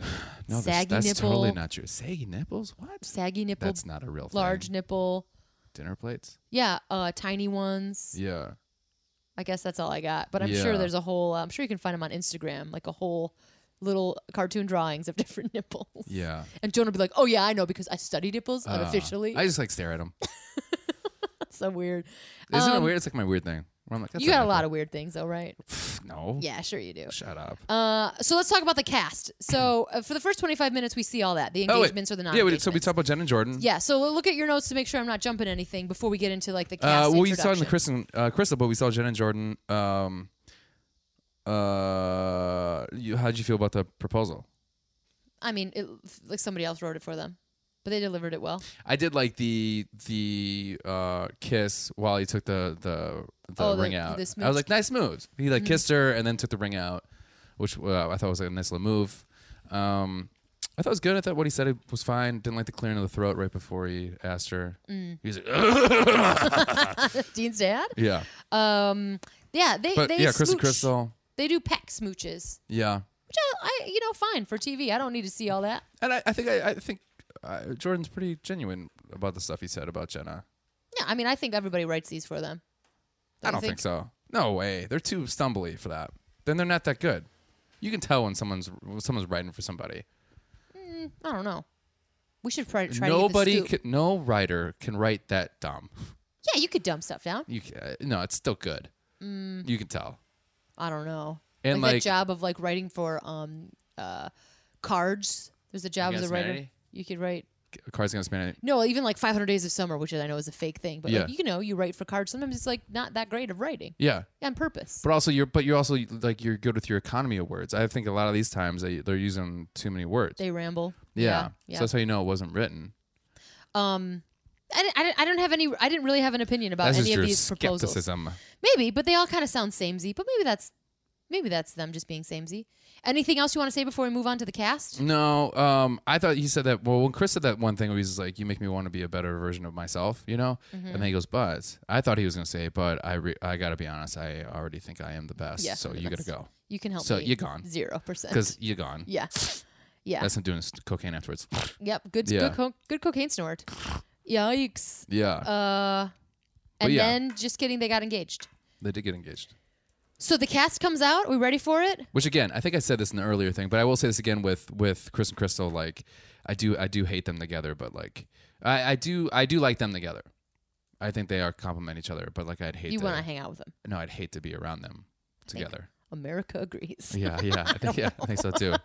No, that's-
saggy
that's
nipple,
totally not true. Saggy nipples? What?
saggy nipple,
That's not a real thing.
large nipple.
dinner plates.
Yeah, uh, tiny ones.
Yeah.
I guess that's all I got. But I'm
Yeah.
sure there's a whole. uh, I'm sure you can find them on Instagram, like a whole little cartoon drawings of different nipples.
Yeah.
And Jonah will be like, "Oh yeah, I know because I study nipples
Uh,
unofficially."
I just like stare at them.
That's so weird.
Isn't it
Um,
weird? It's like my weird thing. Where I'm like, that's
you got a lot of weird things, though, right?
of no.
Yeah, sure you do.
Shut up.
Uh, so let's talk about the cast. So uh, for the first 25 minutes, we see all that the
Oh, wait.
engagements or the non.
Yeah, we did, so we talked about Jen and Jordan.
Yeah, so we'll look at your notes to make sure I'm not jumping anything before we get into like the cast.
Uh, well, we saw in the
introduction.
crystal, uh, crystal, but we saw Jen and Jordan. Um, uh, you, how'd you feel about the proposal?
I mean, it, like somebody else wrote it for them, but they delivered it well.
I did like the the uh, kiss while he took the the, the
Oh, the-
ring out.
the smooch. Mm-hmm.
I was like, nice move. He like kissed her and then took the ring out, which uh, I thought was a nice little move. Um, I thought it was good. I thought what he said was fine. Didn't like the clearing of the throat right before he asked her.
Mm.
He was like,
Dean's dad.
yeah,
Um, yeah, they
but
they
yeah, Crystal
smooch.
Crystal,
They do peck smooches,
yeah.
which I, I you know fine for TV. I don't need to see all that.
And I, I think I, I think uh, Jordan's pretty genuine about the stuff he said about Jenna.
Yeah, I mean, I think everybody writes these for them.
I don't
you
think? so. No way. They're too stumbly for that. Then they're not that good. You can tell when someone's when someone's writing for somebody.
I don't know. We should try, try to
Nobody,
get the scoop.
can, no writer can write that dumb.
Yeah, you could dumb stuff down.
You ca- uh, no, it's still good.
Mm.
You can tell.
I don't know.
And,
like,
like-
that job of like writing for um uh cards. There's a job as
Against
a writer.
Humanity?
You could write
Cards Against Humanity.
no, even like 500 Days of Summer, which I know is a fake thing, but
Yeah.
like you know, you write for cards. Sometimes it's like not that great of writing
Yeah,
on purpose.
but also you're but you're also like you're good with your economy of words. I think a lot of these times they they're using too many words.
They ramble.
yeah.
yeah.
so that's how you know it wasn't written.
um, I, di- I, di- I don't have any. I didn't really have an opinion about
That's
Uh, any
just
of
your
these proposals.
skepticism.
Maybe, but they all kind of sound samey. But maybe that's maybe that's them just being samey. Anything else you want to say before we move on to the cast?
No, um, I thought he said that. Well, when Chris said that one thing, he was like, "You make me want to be a better version of myself," you know.
Mm-hmm.
And then he goes, "But I thought he was going to say, but I, re- I got to be honest, I already think I am the best.
Yeah,
so
I'm the
you got to
best.
go
You can help
So
me.
you're gone.
Zero percent.
because you're gone.
yeah, yeah,
That's him doing s- cocaine afterwards.
yep. Good,
Yeah.
good, co- good cocaine snort. Yikes.
yeah,
Uh,
But
and
yeah.
then just kidding, they got engaged.
they did get engaged.
So the cast comes out. We ready for it?
Which again, I think I said this in the earlier thing, but I will say this again with with Chris and Crystal. Like, I do I do hate them together, but like I, I do I do like them together. I think they are complement each other, but like I'd hate
you
to
want to hang out with them?
no, I'd hate to be around them together.
America agrees.
Yeah, yeah, I think, yeah, I think so too.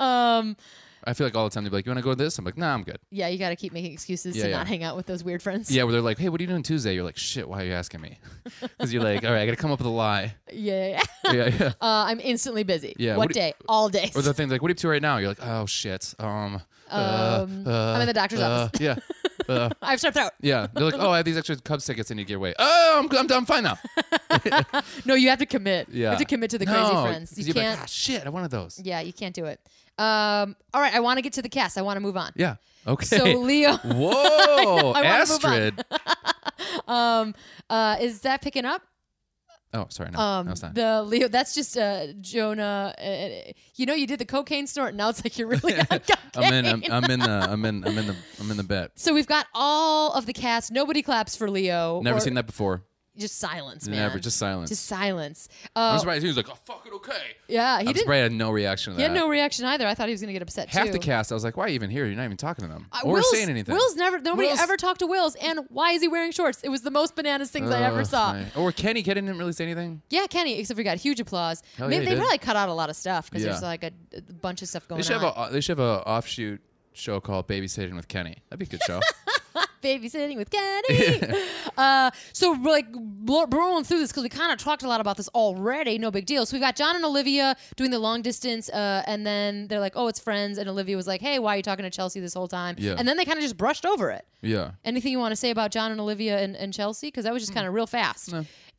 Um,
I feel like all the time they'd be like, "You want to go to this?" I'm like, "Nah, I'm good."
yeah, you got to keep making excuses
Yeah,
to
yeah.
not hang out with those weird friends.
Yeah, where they're like, "Hey, what are you doing Tuesday?" You're like, "Shit, why are you asking me?" Because you're like, "All right, I got to come up with a lie."
yeah. yeah.
Yeah, yeah.
Uh, I'm instantly busy.
Yeah,
What,
what do-
day? All day.
Or the thing like, "What are you up to right now?" You're like, "Oh shit, um, uh,
Um, I'm in the doctor's office.
Yeah, uh,
I have strep throat.
yeah." They're like, "Oh, I have these extra Cubs tickets I need to get away." Oh, I'm I'm, I'm fine now.
No, you have to commit. You
Yeah,
have to commit to the
No,
crazy friends.
'cause
You
you'd be like,
can't.
"Ah, shit, I wanted those.
yeah, you can't do it. Um, all right, I want to get to the cast. I want to move on.
Yeah. Okay.
So Leo
Whoa,
I wanna move on.
Astrid.
uh, is that picking up?
Oh, sorry, no,
Um,
no, it's not.
the Leo. That's just uh, Jonah. uh, you know, you did the cocaine snort. Now it's like you're really on cocaine.
I'm in. I'm, I'm in the. I'm in. I'm in the. I'm in the bet.
so we've got all of the cast. Nobody claps for Leo.
Never
or-
seen that before.
Just silence, man.
Never, just silence.
Just silence.
I'm
Uh,
surprised he was like, "Oh fuck it, okay."
yeah, he
I'm
didn't.
surprised I had no reaction to that.
He had no reaction either. I thought he was going to get upset
Half
too.
the cast, I was like, "Why are you even here? You're not even talking to them
Uh,
or
Will's-
saying anything."
Will's never. Nobody
Will's-
ever talked to Will's. And why is he wearing shorts? It was the most bananas things I ever
Ugh,
saw.
my- Or Kenny, Kenny didn't really say anything.
Yeah, Kenny. Except we got huge applause.
Hell
Maybe
yeah, he
they
did.
probably cut out a lot of stuff because
Yeah.
there's like a, a bunch of stuff
They
going
should
on.
have a. uh, They should have a offshoot show called Babysitting with Kenny. That'd be a good show.
Babysitting with Kenny. uh, so we're like bl- blowing through this because we kind of talked a lot about this already. No big deal. So we got John and Olivia doing the long distance, uh, and then they're like, "Oh, it's friends." And Olivia was like, "Hey, why are you talking to Chelsea this whole time?"
Yeah.
And then they kind of just brushed over it.
yeah.
Anything you want to say about John and Olivia and, and Chelsea? Because that was just
Mm.
kind of real fast.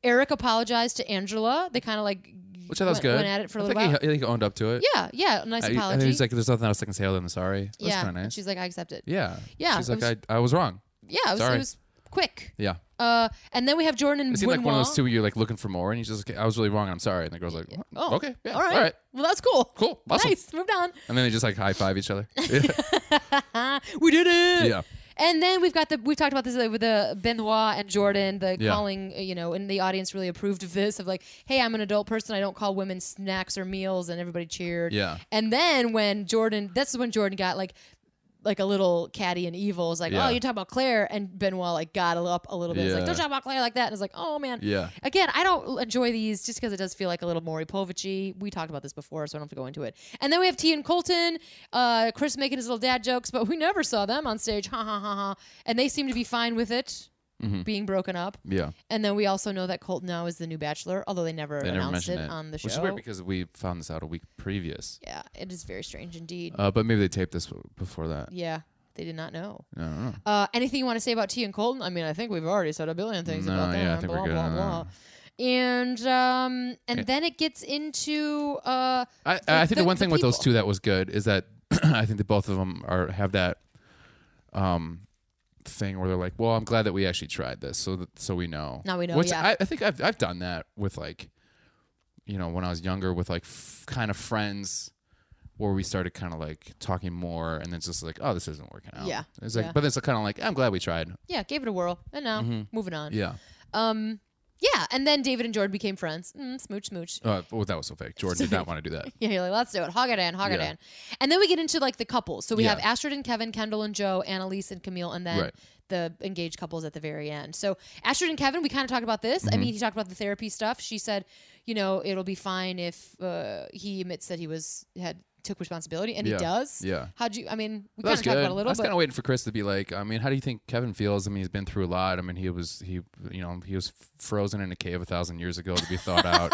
Eric apologized to Angela. They kind of like
Which I thought was
went,
good.
went at it for a
I
little
think
while.
He, I think he owned up to it.
yeah, yeah, a nice
I,
apology.
and he's like, "There's nothing else I can say other than sorry." That's
yeah,
kind of
and
nice.
she's like, I accept it.
yeah.
Yeah,
She's
it
like, I, I was wrong.
Yeah, it was,
Sorry.
it was quick.
Yeah.
Uh, and then we have Jordan
It
and
seemed like one of
Benoit.
those two where you're like looking for more, and he's just like, I was really wrong. I'm sorry. And the girl's like,
Oh,
okay, yeah,
all right. Well, that's cool.
cool, awesome.
Nice. Moved on.
And then they just like high five each other. Yeah.
We did it.
Yeah.
And then we've got the we've talked about this uh, with the Benoit and Jordan, the
Yeah.
calling uh, you know, and the audience really approved of this of like, hey, I'm an adult person, I don't call women snacks or meals, and everybody cheered.
Yeah.
And then when Jordan, this is when Jordan got like. Like a little catty and evil is like,
Yeah.
oh, you talk about Claire, and Benoit like got up a little bit. It's like,
Yeah.
don't talk about Claire like that. And it's like, oh man,
Yeah.
Again, I don't enjoy these just because it does feel like a little Maury Povichy. We talked about this before, so I don't have to go into it. And then we have T and Colton, uh, Chris making his little dad jokes, but we never saw them on stage. Ha ha ha ha. And they seem to be fine with it
Mm-hmm.
being broken up.
yeah.
And then we also know that Colton now is the new bachelor, although they never
They never
announced
mentioned
it,
it
on the show.
Which is weird because we found this out a week previous.
yeah, it is very strange indeed.
Uh, but maybe they taped this before that.
yeah, they did not know.
I don't know.
Uh, anything you want to say about T and Colton? I mean, I think we've already said a billion things
No,
about them.
yeah, I
and
think
blah,
we're good
blah,
on
blah. And um, and then it gets into uh,
I, I think the,
the-
one
the
thing with those
people.
two that was good is that I think that both of them are have that um thing where they're like, "Well, I'm glad that we actually tried this, so that, so we know."
Now we know,
Which
yeah.
I, I think I've I've done that with like, you know, when I was younger with like f- kind of friends where we started kind of like talking more, and then it's just like, "Oh, this isn't working out."
Yeah,
It's like,
yeah.
but it's kind of like, "I'm glad we tried."
yeah, gave it a whirl, and now moving on.
Mm-hmm. Yeah.
Um, yeah, and then David and Jordan became friends. Mm, smooch, smooch.
Uh, well, that was so fake. Jordan did not want to do that.
Yeah, you're like, let's do it. Hagadan, Hagadan. And then we get into like the couples. So we
Yeah.
have Astrid and Kevin, Kendall and Joe, Annalise and Camille, and then
Right.
the engaged couples at the very end. So Astrid and Kevin, we kind of talked about this.
Mm-hmm.
I mean, he talked about the therapy stuff. She said, you know, it'll be fine if uh, he admits that he was had took responsibility, and
Yeah.
he does.
Yeah.
How'd you, I mean, we kind
That's
of
good.
talked about it a
I
little
was kind
bit.
of waiting for Chris to be like, I mean, how do you think Kevin feels? I mean, he's been through a lot. I mean, he was he, you know, he was frozen in a cave a thousand years ago to be thawed out.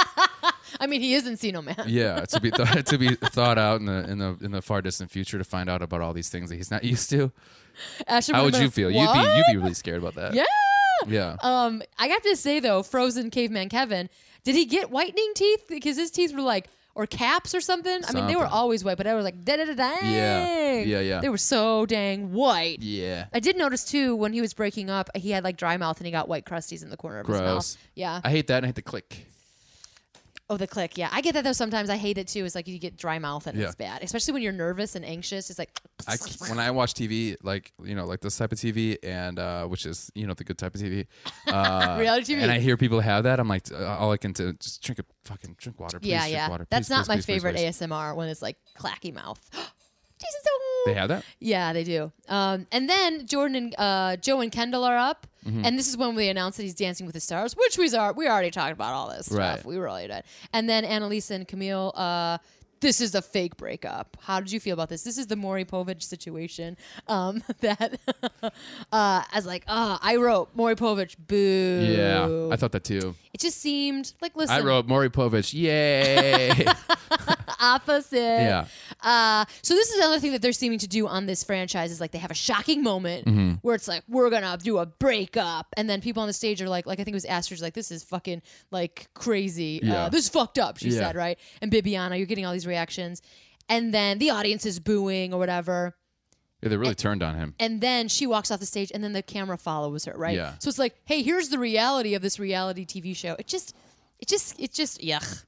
I mean, he is Encino Man.
yeah, to be th- to be thawed out in the in the in the far distant future to find out about all these things that he's not used to.
Astrid
How would
would've
you
been
feel?
like,
You'd be
"What?"
you'd be really scared about that.
Yeah.
Yeah.
Um, I have to say though, Frozen Caveman Kevin, did he get whitening teeth? Because his teeth were like or caps or something. I mean, they were
Something.
always white, but I was like, da da da dang.
Yeah, yeah.
They were so dang white.
yeah.
I did notice too when he was breaking up, he had like dry mouth and he got white crusties in the corner of his
Gross.
mouth. Yeah.
I hate that. and I hate the click.
oh, the click. Yeah, I get that though. Sometimes I hate it too. It's like you get dry mouth and
Yeah.
it's bad, especially when you're nervous and anxious. It's like
I c when I watch TV, like you know, like this type of TV, and uh, which is you know the good type of TV, uh,
Reality TV.
and I hear people have that, I'm like, uh, all I can do just drink a fucking drink water, please,
yeah,
drink
yeah.
water.
That's
please,
not
please,
my
please, please,
favorite
please."
ASMR when it's like clacky mouth. Jesus.
They have that.
Yeah, they do. Um, and then Jordan and uh, Joe and Kendall are up,
Mm-hmm.
and this is when we announced that he's dancing with the stars, which we are we already talked about all this stuff.
Right.
We really did. And then Annalisa and Camille. Uh, this is the fake breakup. How did you feel about this? This is the Maury Povich situation. Um, that uh, I was like, ah, I wrote Maury Povich, boo.
Yeah, I thought that too.
it just seemed like listen,
I wrote Maury Povich, yay!
opposite.
yeah,
Uh, so this is another thing that they're seeming to do on this franchise is like they have a shocking moment
Mm-hmm.
where it's like we're gonna do a breakup, and then people on the stage are like, like I think it was Astrid's like this is fucking like crazy, uh,
Yeah.
this is fucked up. She
Yeah.
said right, and Bibiana, you're getting all these reactions, and then the audience is booing or whatever,
yeah, they really turned on him.
and then she walks off the stage, and then the camera follows her right.
Yeah.
So it's like, hey, here's the reality of this reality TV show. It just, it just, it just, yuck.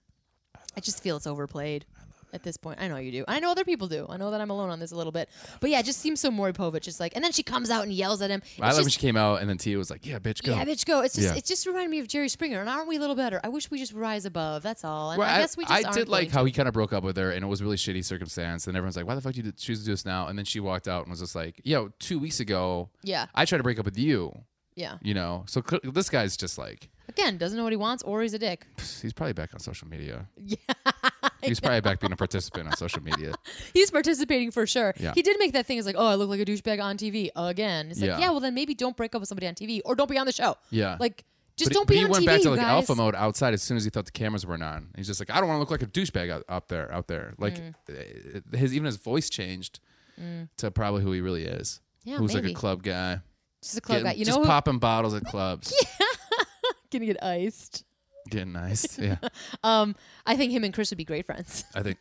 I just feel it's overplayed at this point. I know you do. I know other people do. I know that I'm alone on this a little bit. But yeah, it just seems so Maury Povich. It's like, and then she comes out and yells at him. It's
I love when
just-
she came out, and then Tia was like, "Yeah, bitch, go."
yeah, bitch, go. It's just,
Yeah.
it just reminded me of Jerry Springer. And aren't we a little better? I wish we just rise above. That's all. And
Well,
I, guess we just.
I
aren't
did
going
like how he kind of broke up with her, and it was a really shitty circumstance. And everyone's like, "Why the fuck did you choose to do this now?" And then she walked out and was just like, "Yo, two weeks ago,
to. Yeah,
I tried to break up with you."
yeah.
You know, so cl- this guy's just like
Again, doesn't know what he wants, or he's a dick.
pff, he's probably back on social media. Yeah, he's probably back being a participant on social media.
He's participating for sure.
Yeah.
He did make that thing. It's like, oh, I look like a douchebag on TV again. It's like, yeah.
Yeah.
well, then maybe don't break up with somebody on TV, or don't be on the show.
Yeah.
Like, just
But
don't
he,
be
he
on
went
TV,
back to like
you guys.
alpha mode outside as soon as he thought the cameras weren't on. He's just like, I don't want to look like a douchebag out, out there, out there. Like
Mm.
uh, his even his voice changed to probably who he really is.
Yeah,
who's
maybe.
like a club guy.
Just a club
Getting-
guy. You
just
know who?
popping bottles at clubs,
Gonna get iced.
getting nice. Yeah,
Um, I think him and Chris would be great friends.
I think.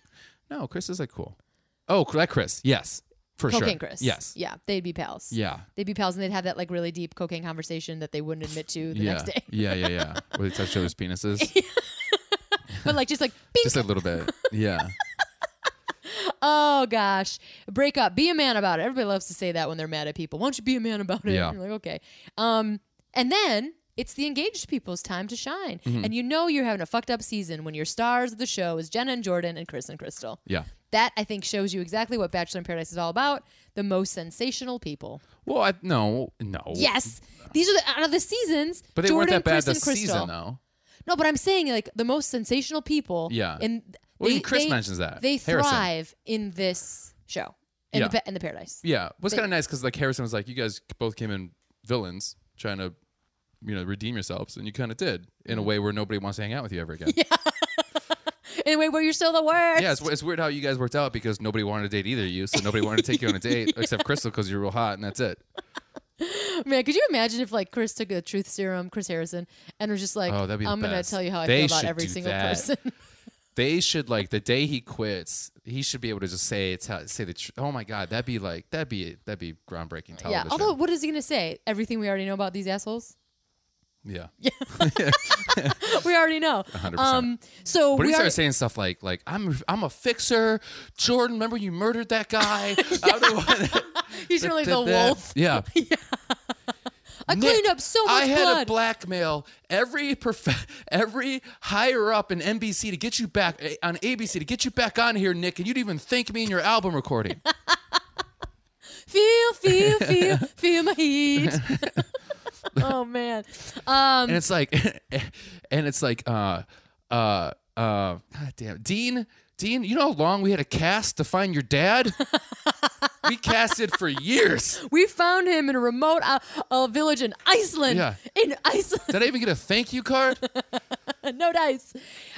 No, Chris is like cool. Oh, that Chris. Yes, for
cocaine
sure.
Chris.
Yes.
Yeah, they'd be pals.
Yeah.
They'd be pals and they'd have that like really deep cocaine conversation that they wouldn't admit to the
yeah.
next day.
yeah. Yeah. Yeah. Where they touch each other's penises.
but like just like beep.
Just a little bit. Yeah.
oh gosh. Break up. Be a man about it. Everybody loves to say that when they're mad at people. Why don't you be a man about it?
Yeah.
You're like, okay. Um and then it's the engaged people's time to shine.
Mm-hmm.
And you know you're having a fucked up season when your stars of the show is Jenna and Jordan and Chris and Crystal.
Yeah.
That I think shows you exactly what Bachelor in Paradise is all about. The most sensational people.
Well, I, no, no.
Yes. These are the out of the seasons.
But they
Jordan,
weren't that bad
Chris,
this
and Crystal.
season, though.
No, but I'm saying like the most sensational people.
Yeah.
And
Well,
they,
even Chris
they-
mentions that.
they
Harrison.
thrive in this show. In,
Yeah.
the, pa- in the paradise.
Yeah, was
They-
kind of nice because like Harrison was like, you guys both came in villains trying to, you know, redeem yourselves, and you kind of did in
Mm.
a way where nobody wants to hang out with you ever again. Yeah,
Anyway, where you're still the worst.
it's, it's weird how you guys worked out because nobody wanted to date either of you, so nobody wanted to take you on a date except Crystal because you're real hot, and that's it.
Man, could you imagine if like Chris took a truth serum, Chris Harrison, and was just like,
Oh, that'd be the
I'm gonna
best.
tell you how I
They
feel about
should
every
do
single
that.
person.
They should like the day he quits, he should be able to just say it's how, say the tr- oh my god, that'd be like that'd be that'd be groundbreaking television.
yeah. Although what is he gonna say? Everything we already know about these assholes?
yeah,
we already know.
100%.
Um so
Uh-huh. But
we
he
are
started saying stuff like, like I'm, I'm a fixer. Jordan, remember you murdered that guy. I'm the one that
he's really the
did that."
wolf.
Yeah,
I
Nick,
cleaned up so much
I had
blood.
to blackmail every prof- every higher up in NBC to get you back eh, on ABC to get you back on here, Nick, and you'd even thank me in your album recording.
feel, feel, feel, feel my heat. oh man. Um,
and it's like, and it's like, uh, uh, uh, God damn, Dean, Dean, you know how long we had to cast to find your dad? we casted for years.
we found him in a remote uh, uh, village in Iceland.
Yeah.
In Iceland,
Did I even get a thank you card?
no dice.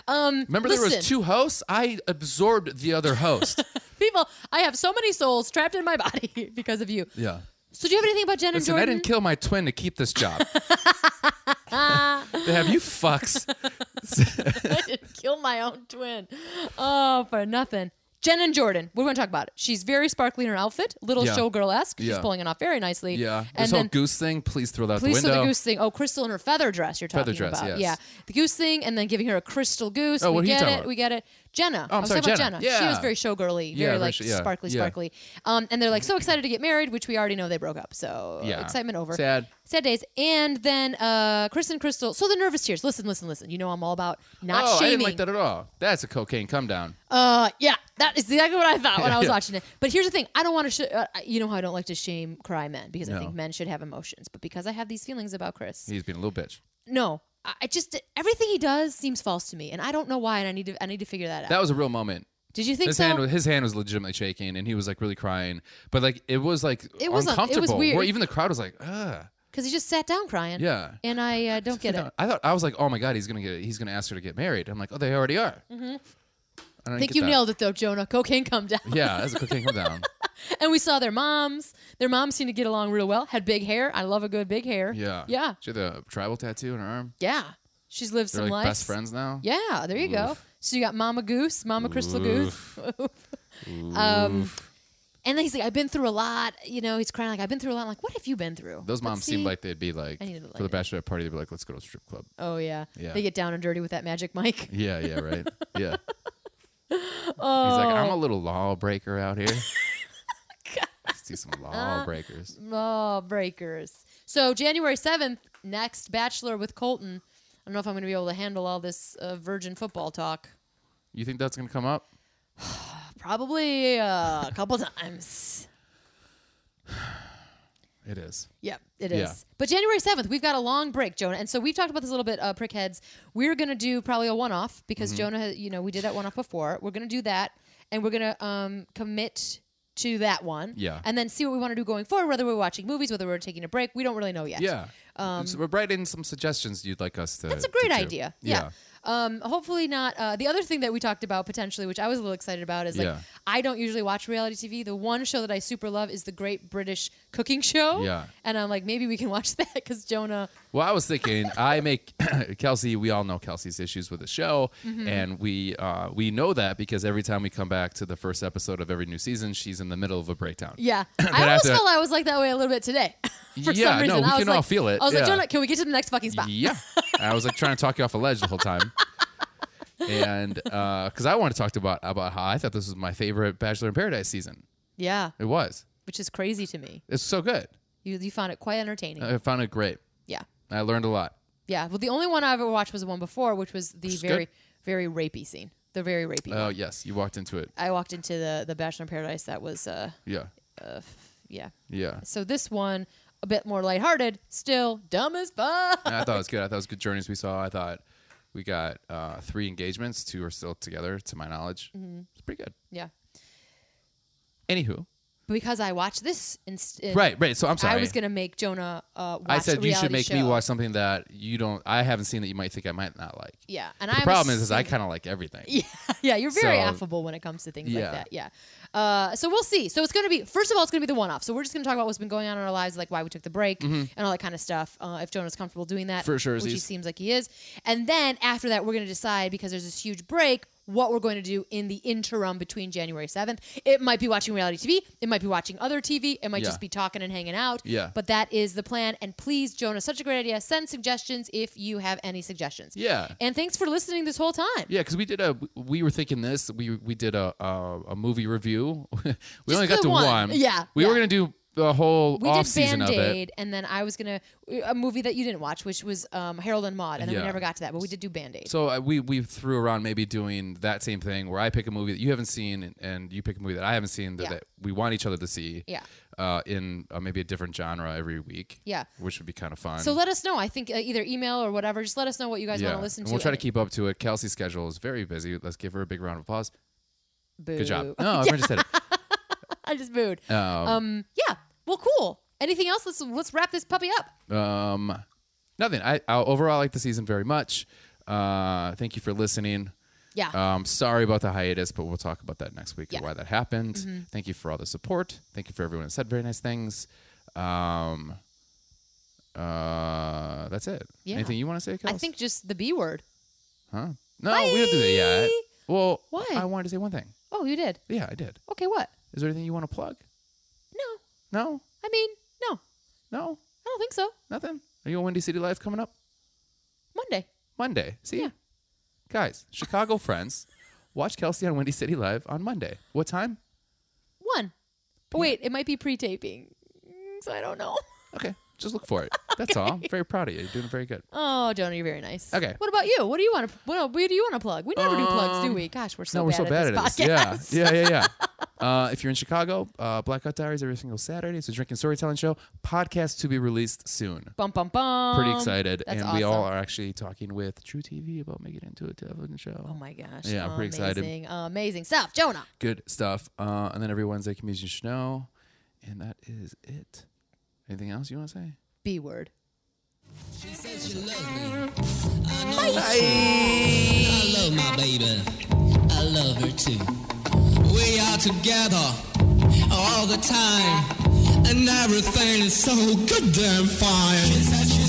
Um,
Remember, there
listen,
was two hosts. I absorbed the other host.
people. I have so many souls trapped in my body because of you.
yeah.
So do you have anything about Jen
Listen,
and
I
Jordan?
didn't kill my twin to keep this job. They have you fucks.
I didn't kill my own twin. Oh, for nothing. Jen and Jordan, what do we want to talk about? She's very sparkly in her outfit, little
Yeah.
showgirl esque. She's
Yeah.
pulling it off very nicely.
Yeah.
And
This whole
then
goose thing, please throw that out the
Please
window.
the goose thing. Oh, crystal in her feather dress. You're talking
Feather dress,
about.
yes.
Yeah, the goose thing, and then giving her a crystal goose.
Oh,
we
what are you
get
talking
it.
about? Oh,
We get it. Jenna. I was
sorry,
talking about
Jenna.
Jenna. She was
Yeah.
very showgirly,
Yeah,
very
very
like
sh- yeah,
sparkly,
yeah.
sparkly. Um, and they're like so excited to get married, which we already know they broke up. So
Yeah.
excitement over.
Sad.
Sad days. And then uh, Chris and Crystal. So the nervous tears. Listen, listen, listen. You know I'm all about not
oh, I
shaming.
didn't like that at all. That's a cocaine come down.
Uh, yeah, that is exactly what I thought when I was
Yeah.
watching it. But here's the thing: I don't want to. Sh- uh, you know how I don't like to shame cry men because I
No.
think men should have emotions. But because I have these feelings about Chris,
He's being a little bitch.
no I- i just everything he does seems false to me and i don't know why and i need to i need to figure that out
That was a real moment.
did you think
His
so
hand, was, his hand was legitimately shaking, and he was like really crying. But like it was like
It was un- it was
uncomfortable.
weird.
Where even the crowd was like, ah,
because he just sat down crying
yeah.
and i uh, don't get
You
it
know, I thought I was like, oh my god, he's gonna get, he's gonna ask her to get married. I'm like, oh, they already are. Mm-hmm. I don't
i think
get
you
that.
nailed it though jonah cocaine come down
Yeah, that's a cocaine come down.
and we saw their moms their moms seemed to get along real well had big hair i love a good big hair
Yeah.
yeah
She had the tribal tattoo on her arm.
yeah she's lived
They're
some
like
life
best friends now.
yeah there you go so you got mama goose mama crystal goose um and then he's like, I've been through a lot. You know, he's crying like, I've been through a lot. I'm like, what have you been through?
Those
But
moms seemed
see-
like they'd be like
I need to
for the
light
bachelorette party. They'd be like, "Let's go to a strip club."
Oh yeah.
Yeah.
They get down and dirty with that magic mic.
Yeah, yeah, right. Yeah. oh. He's like, "I'm a little lawbreaker out here." Let's do some lawbreakers.
Oh, breakers. So January 7th, next Bachelor with Colton. I don't know if I'm going to be able to handle all this uh, virgin football talk.
You think that's gonna come up?
Probably uh, a couple times.
It is.
Yep, it is.
Yeah.
But January 7th, we've got a long break, Jonah. And so we've talked about this a little bit, uh, Prickheads. We're going to do probably a one off because
Mm-hmm.
Jonah, has- you know, we did that one off before. We're going to do that and we're going to um, commit to that one.
Yeah.
And then see what we want to do going forward, whether we're watching movies, whether we're taking a break. We don't really know yet.
Yeah. Um, so write in some suggestions you'd like us to.
That's a great idea. Yeah. Um, hopefully not. Uh, the other thing that we talked about potentially, which I was a little excited about, is like
Yeah.
I don't usually watch reality TV. The one show that I super love is the Great British Cooking Show.
Yeah.
And I'm like, maybe we can watch that because Jonah.
Well, I was thinking, I make Kelsey. We all know Kelsey's issues with the show,
Mm-hmm.
and we uh, we know that because every time we come back to the first episode of every new season, she's in the middle of a breakdown.
Yeah.
I
I almost
have to-
felt I was like that way a little bit today. For
Yeah,
some
no,
reason.
we
I was
can
like,
all feel it.
I was like,
Yeah.
Jonah, can we get to the next fucking spot?
Yeah, I was like trying to talk you off a ledge the whole time, and because I wanted to talk about about how I thought this was my favorite Bachelor in Paradise season.
Yeah.
It was.
Which is crazy to me.
It's so good.
You, you found it quite entertaining.
I found it great.
yeah.
I learned a lot.
Yeah. Well, the only one I ever watched was the one before, which was the
is good.
very, very rapey scene. The very rapey.
Oh
one.
yes, you walked into it.
I walked into the the Bachelor in Paradise. That was uh
Yeah,
yeah.
yeah.
So this one a bit more lighthearted, still dumb as fuck.
I thought it was good. I thought it was good journeys we saw. I thought we got uh, three engagements. Two are still together, to my knowledge.
Mm-hmm.
It's pretty good.
Yeah.
Anywho,
Because I watched this instead.
right, right. So I'm sorry.
I was gonna make Jonah uh, watch
I
a
said you should
reality
make me
show.
watch something that you don't. I haven't seen that you might think I might not like.
Yeah, and
The
I
problem
was-
is, is I kind of like everything.
yeah, yeah, you're very
So-
affable when it comes to things
Yeah.
like that. Yeah. Uh, so we'll see. So it's going to be, first of all, it's going to be the one off. So we're just going to talk about what's been going on in our lives, like why we took the break and all that kind of stuff. Uh, if Jonah's comfortable doing that,
Mm-hmm. For sure,
which he
Aziz.
seems like he is. And then after that, we're going to decide because there's this huge break. What we're going to do in the interim between January 7th. It might be watching reality TV. It might be watching other TV. It might
Yeah.
just be talking and hanging out.
Yeah.
But that is the plan. And please, Jonah, such a great idea. Send suggestions if you have any suggestions.
Yeah.
And thanks for listening this whole time.
Yeah, because we did a. We were thinking this. We we did a a, a movie review. we only got
the
to
one.
one.
Yeah,
we were
yeah.
gonna do the whole
we
off
did
season of it.
Band-Aid, and then I was gonna a movie that you didn't watch, which was um, Harold and Maude, and then we
Yeah.
never got to that, but we did do Band Aid.
So uh, we we threw around maybe doing that same thing where I pick a movie that you haven't seen and, and you pick a movie that I haven't seen that,
Yeah.
that we want each other to see.
Yeah.
Uh, in uh, maybe a different genre every week.
Yeah.
Which would be kind of fun.
So let us know. I think uh, either email or whatever. Just let us know what you guys want to listen
and
to.
We'll try to
And-
keep up to it. Kelsey's schedule is very busy. Let's give her a big round of applause.
Boo.
Good job. No, everyone just said it.
I just booed.
Um,
Um, yeah. Well, cool. Anything else? Let's let's wrap this puppy up.
um, nothing. I, I overall like the season very much. Uh, thank you for listening.
Yeah.
Um, sorry about the hiatus, but we'll talk about that next week and
Yeah. Mm-hmm.
why that happened. Thank you for all the support. Thank you for everyone that said very nice things. Um, uh, that's it.
Yeah.
Anything you want to say,
I
Kels?
think just the B word.
Huh? No, we don't do that yet. Well,
Why?
I wanted to say one thing.
Oh, you did.
Yeah, I did.
Okay. What?
Is there anything you want to plug?
No.
No,
I mean, no. I
no,
don't think so.
nothing. Are you on Windy City Live coming up
Monday.
Monday? See, guys, Chicago friends, watch Kelsey on Windy City Live on Monday. What time?
One. But wait, it might be pre-taping, Mm, so I don't know.
Okay, just look for it. That's all. I'm very proud of you. You're doing very good.
Oh, Jonah, you're very nice.
Okay.
What about you? What do you want to? What, what do you want to plug? We never do plugs, do
Um,
we? Gosh, we're so
No, we're
bad
so bad
at
at
this
it. Yeah,
podcast.
yeah, yeah, yeah. uh, if you're in Chicago, uh, Blackout Diaries every single Saturday. It's a drinking storytelling show. Podcast to be released soon.
Bum bum bum.
Pretty excited,
Um, That's
and we all
awesome.
are actually talking with True TV about making it into a television show.
Oh my gosh.
Yeah, I'm pretty excited.
Amazing. Amazing stuff, Jonah.
Good stuff. Uh, and then every Wednesday, comedians should know, and that is it. Anything else you want to say?
B word.
I love my baby. I love her too. We are together all the time, and everything is so goddamn fine. She said she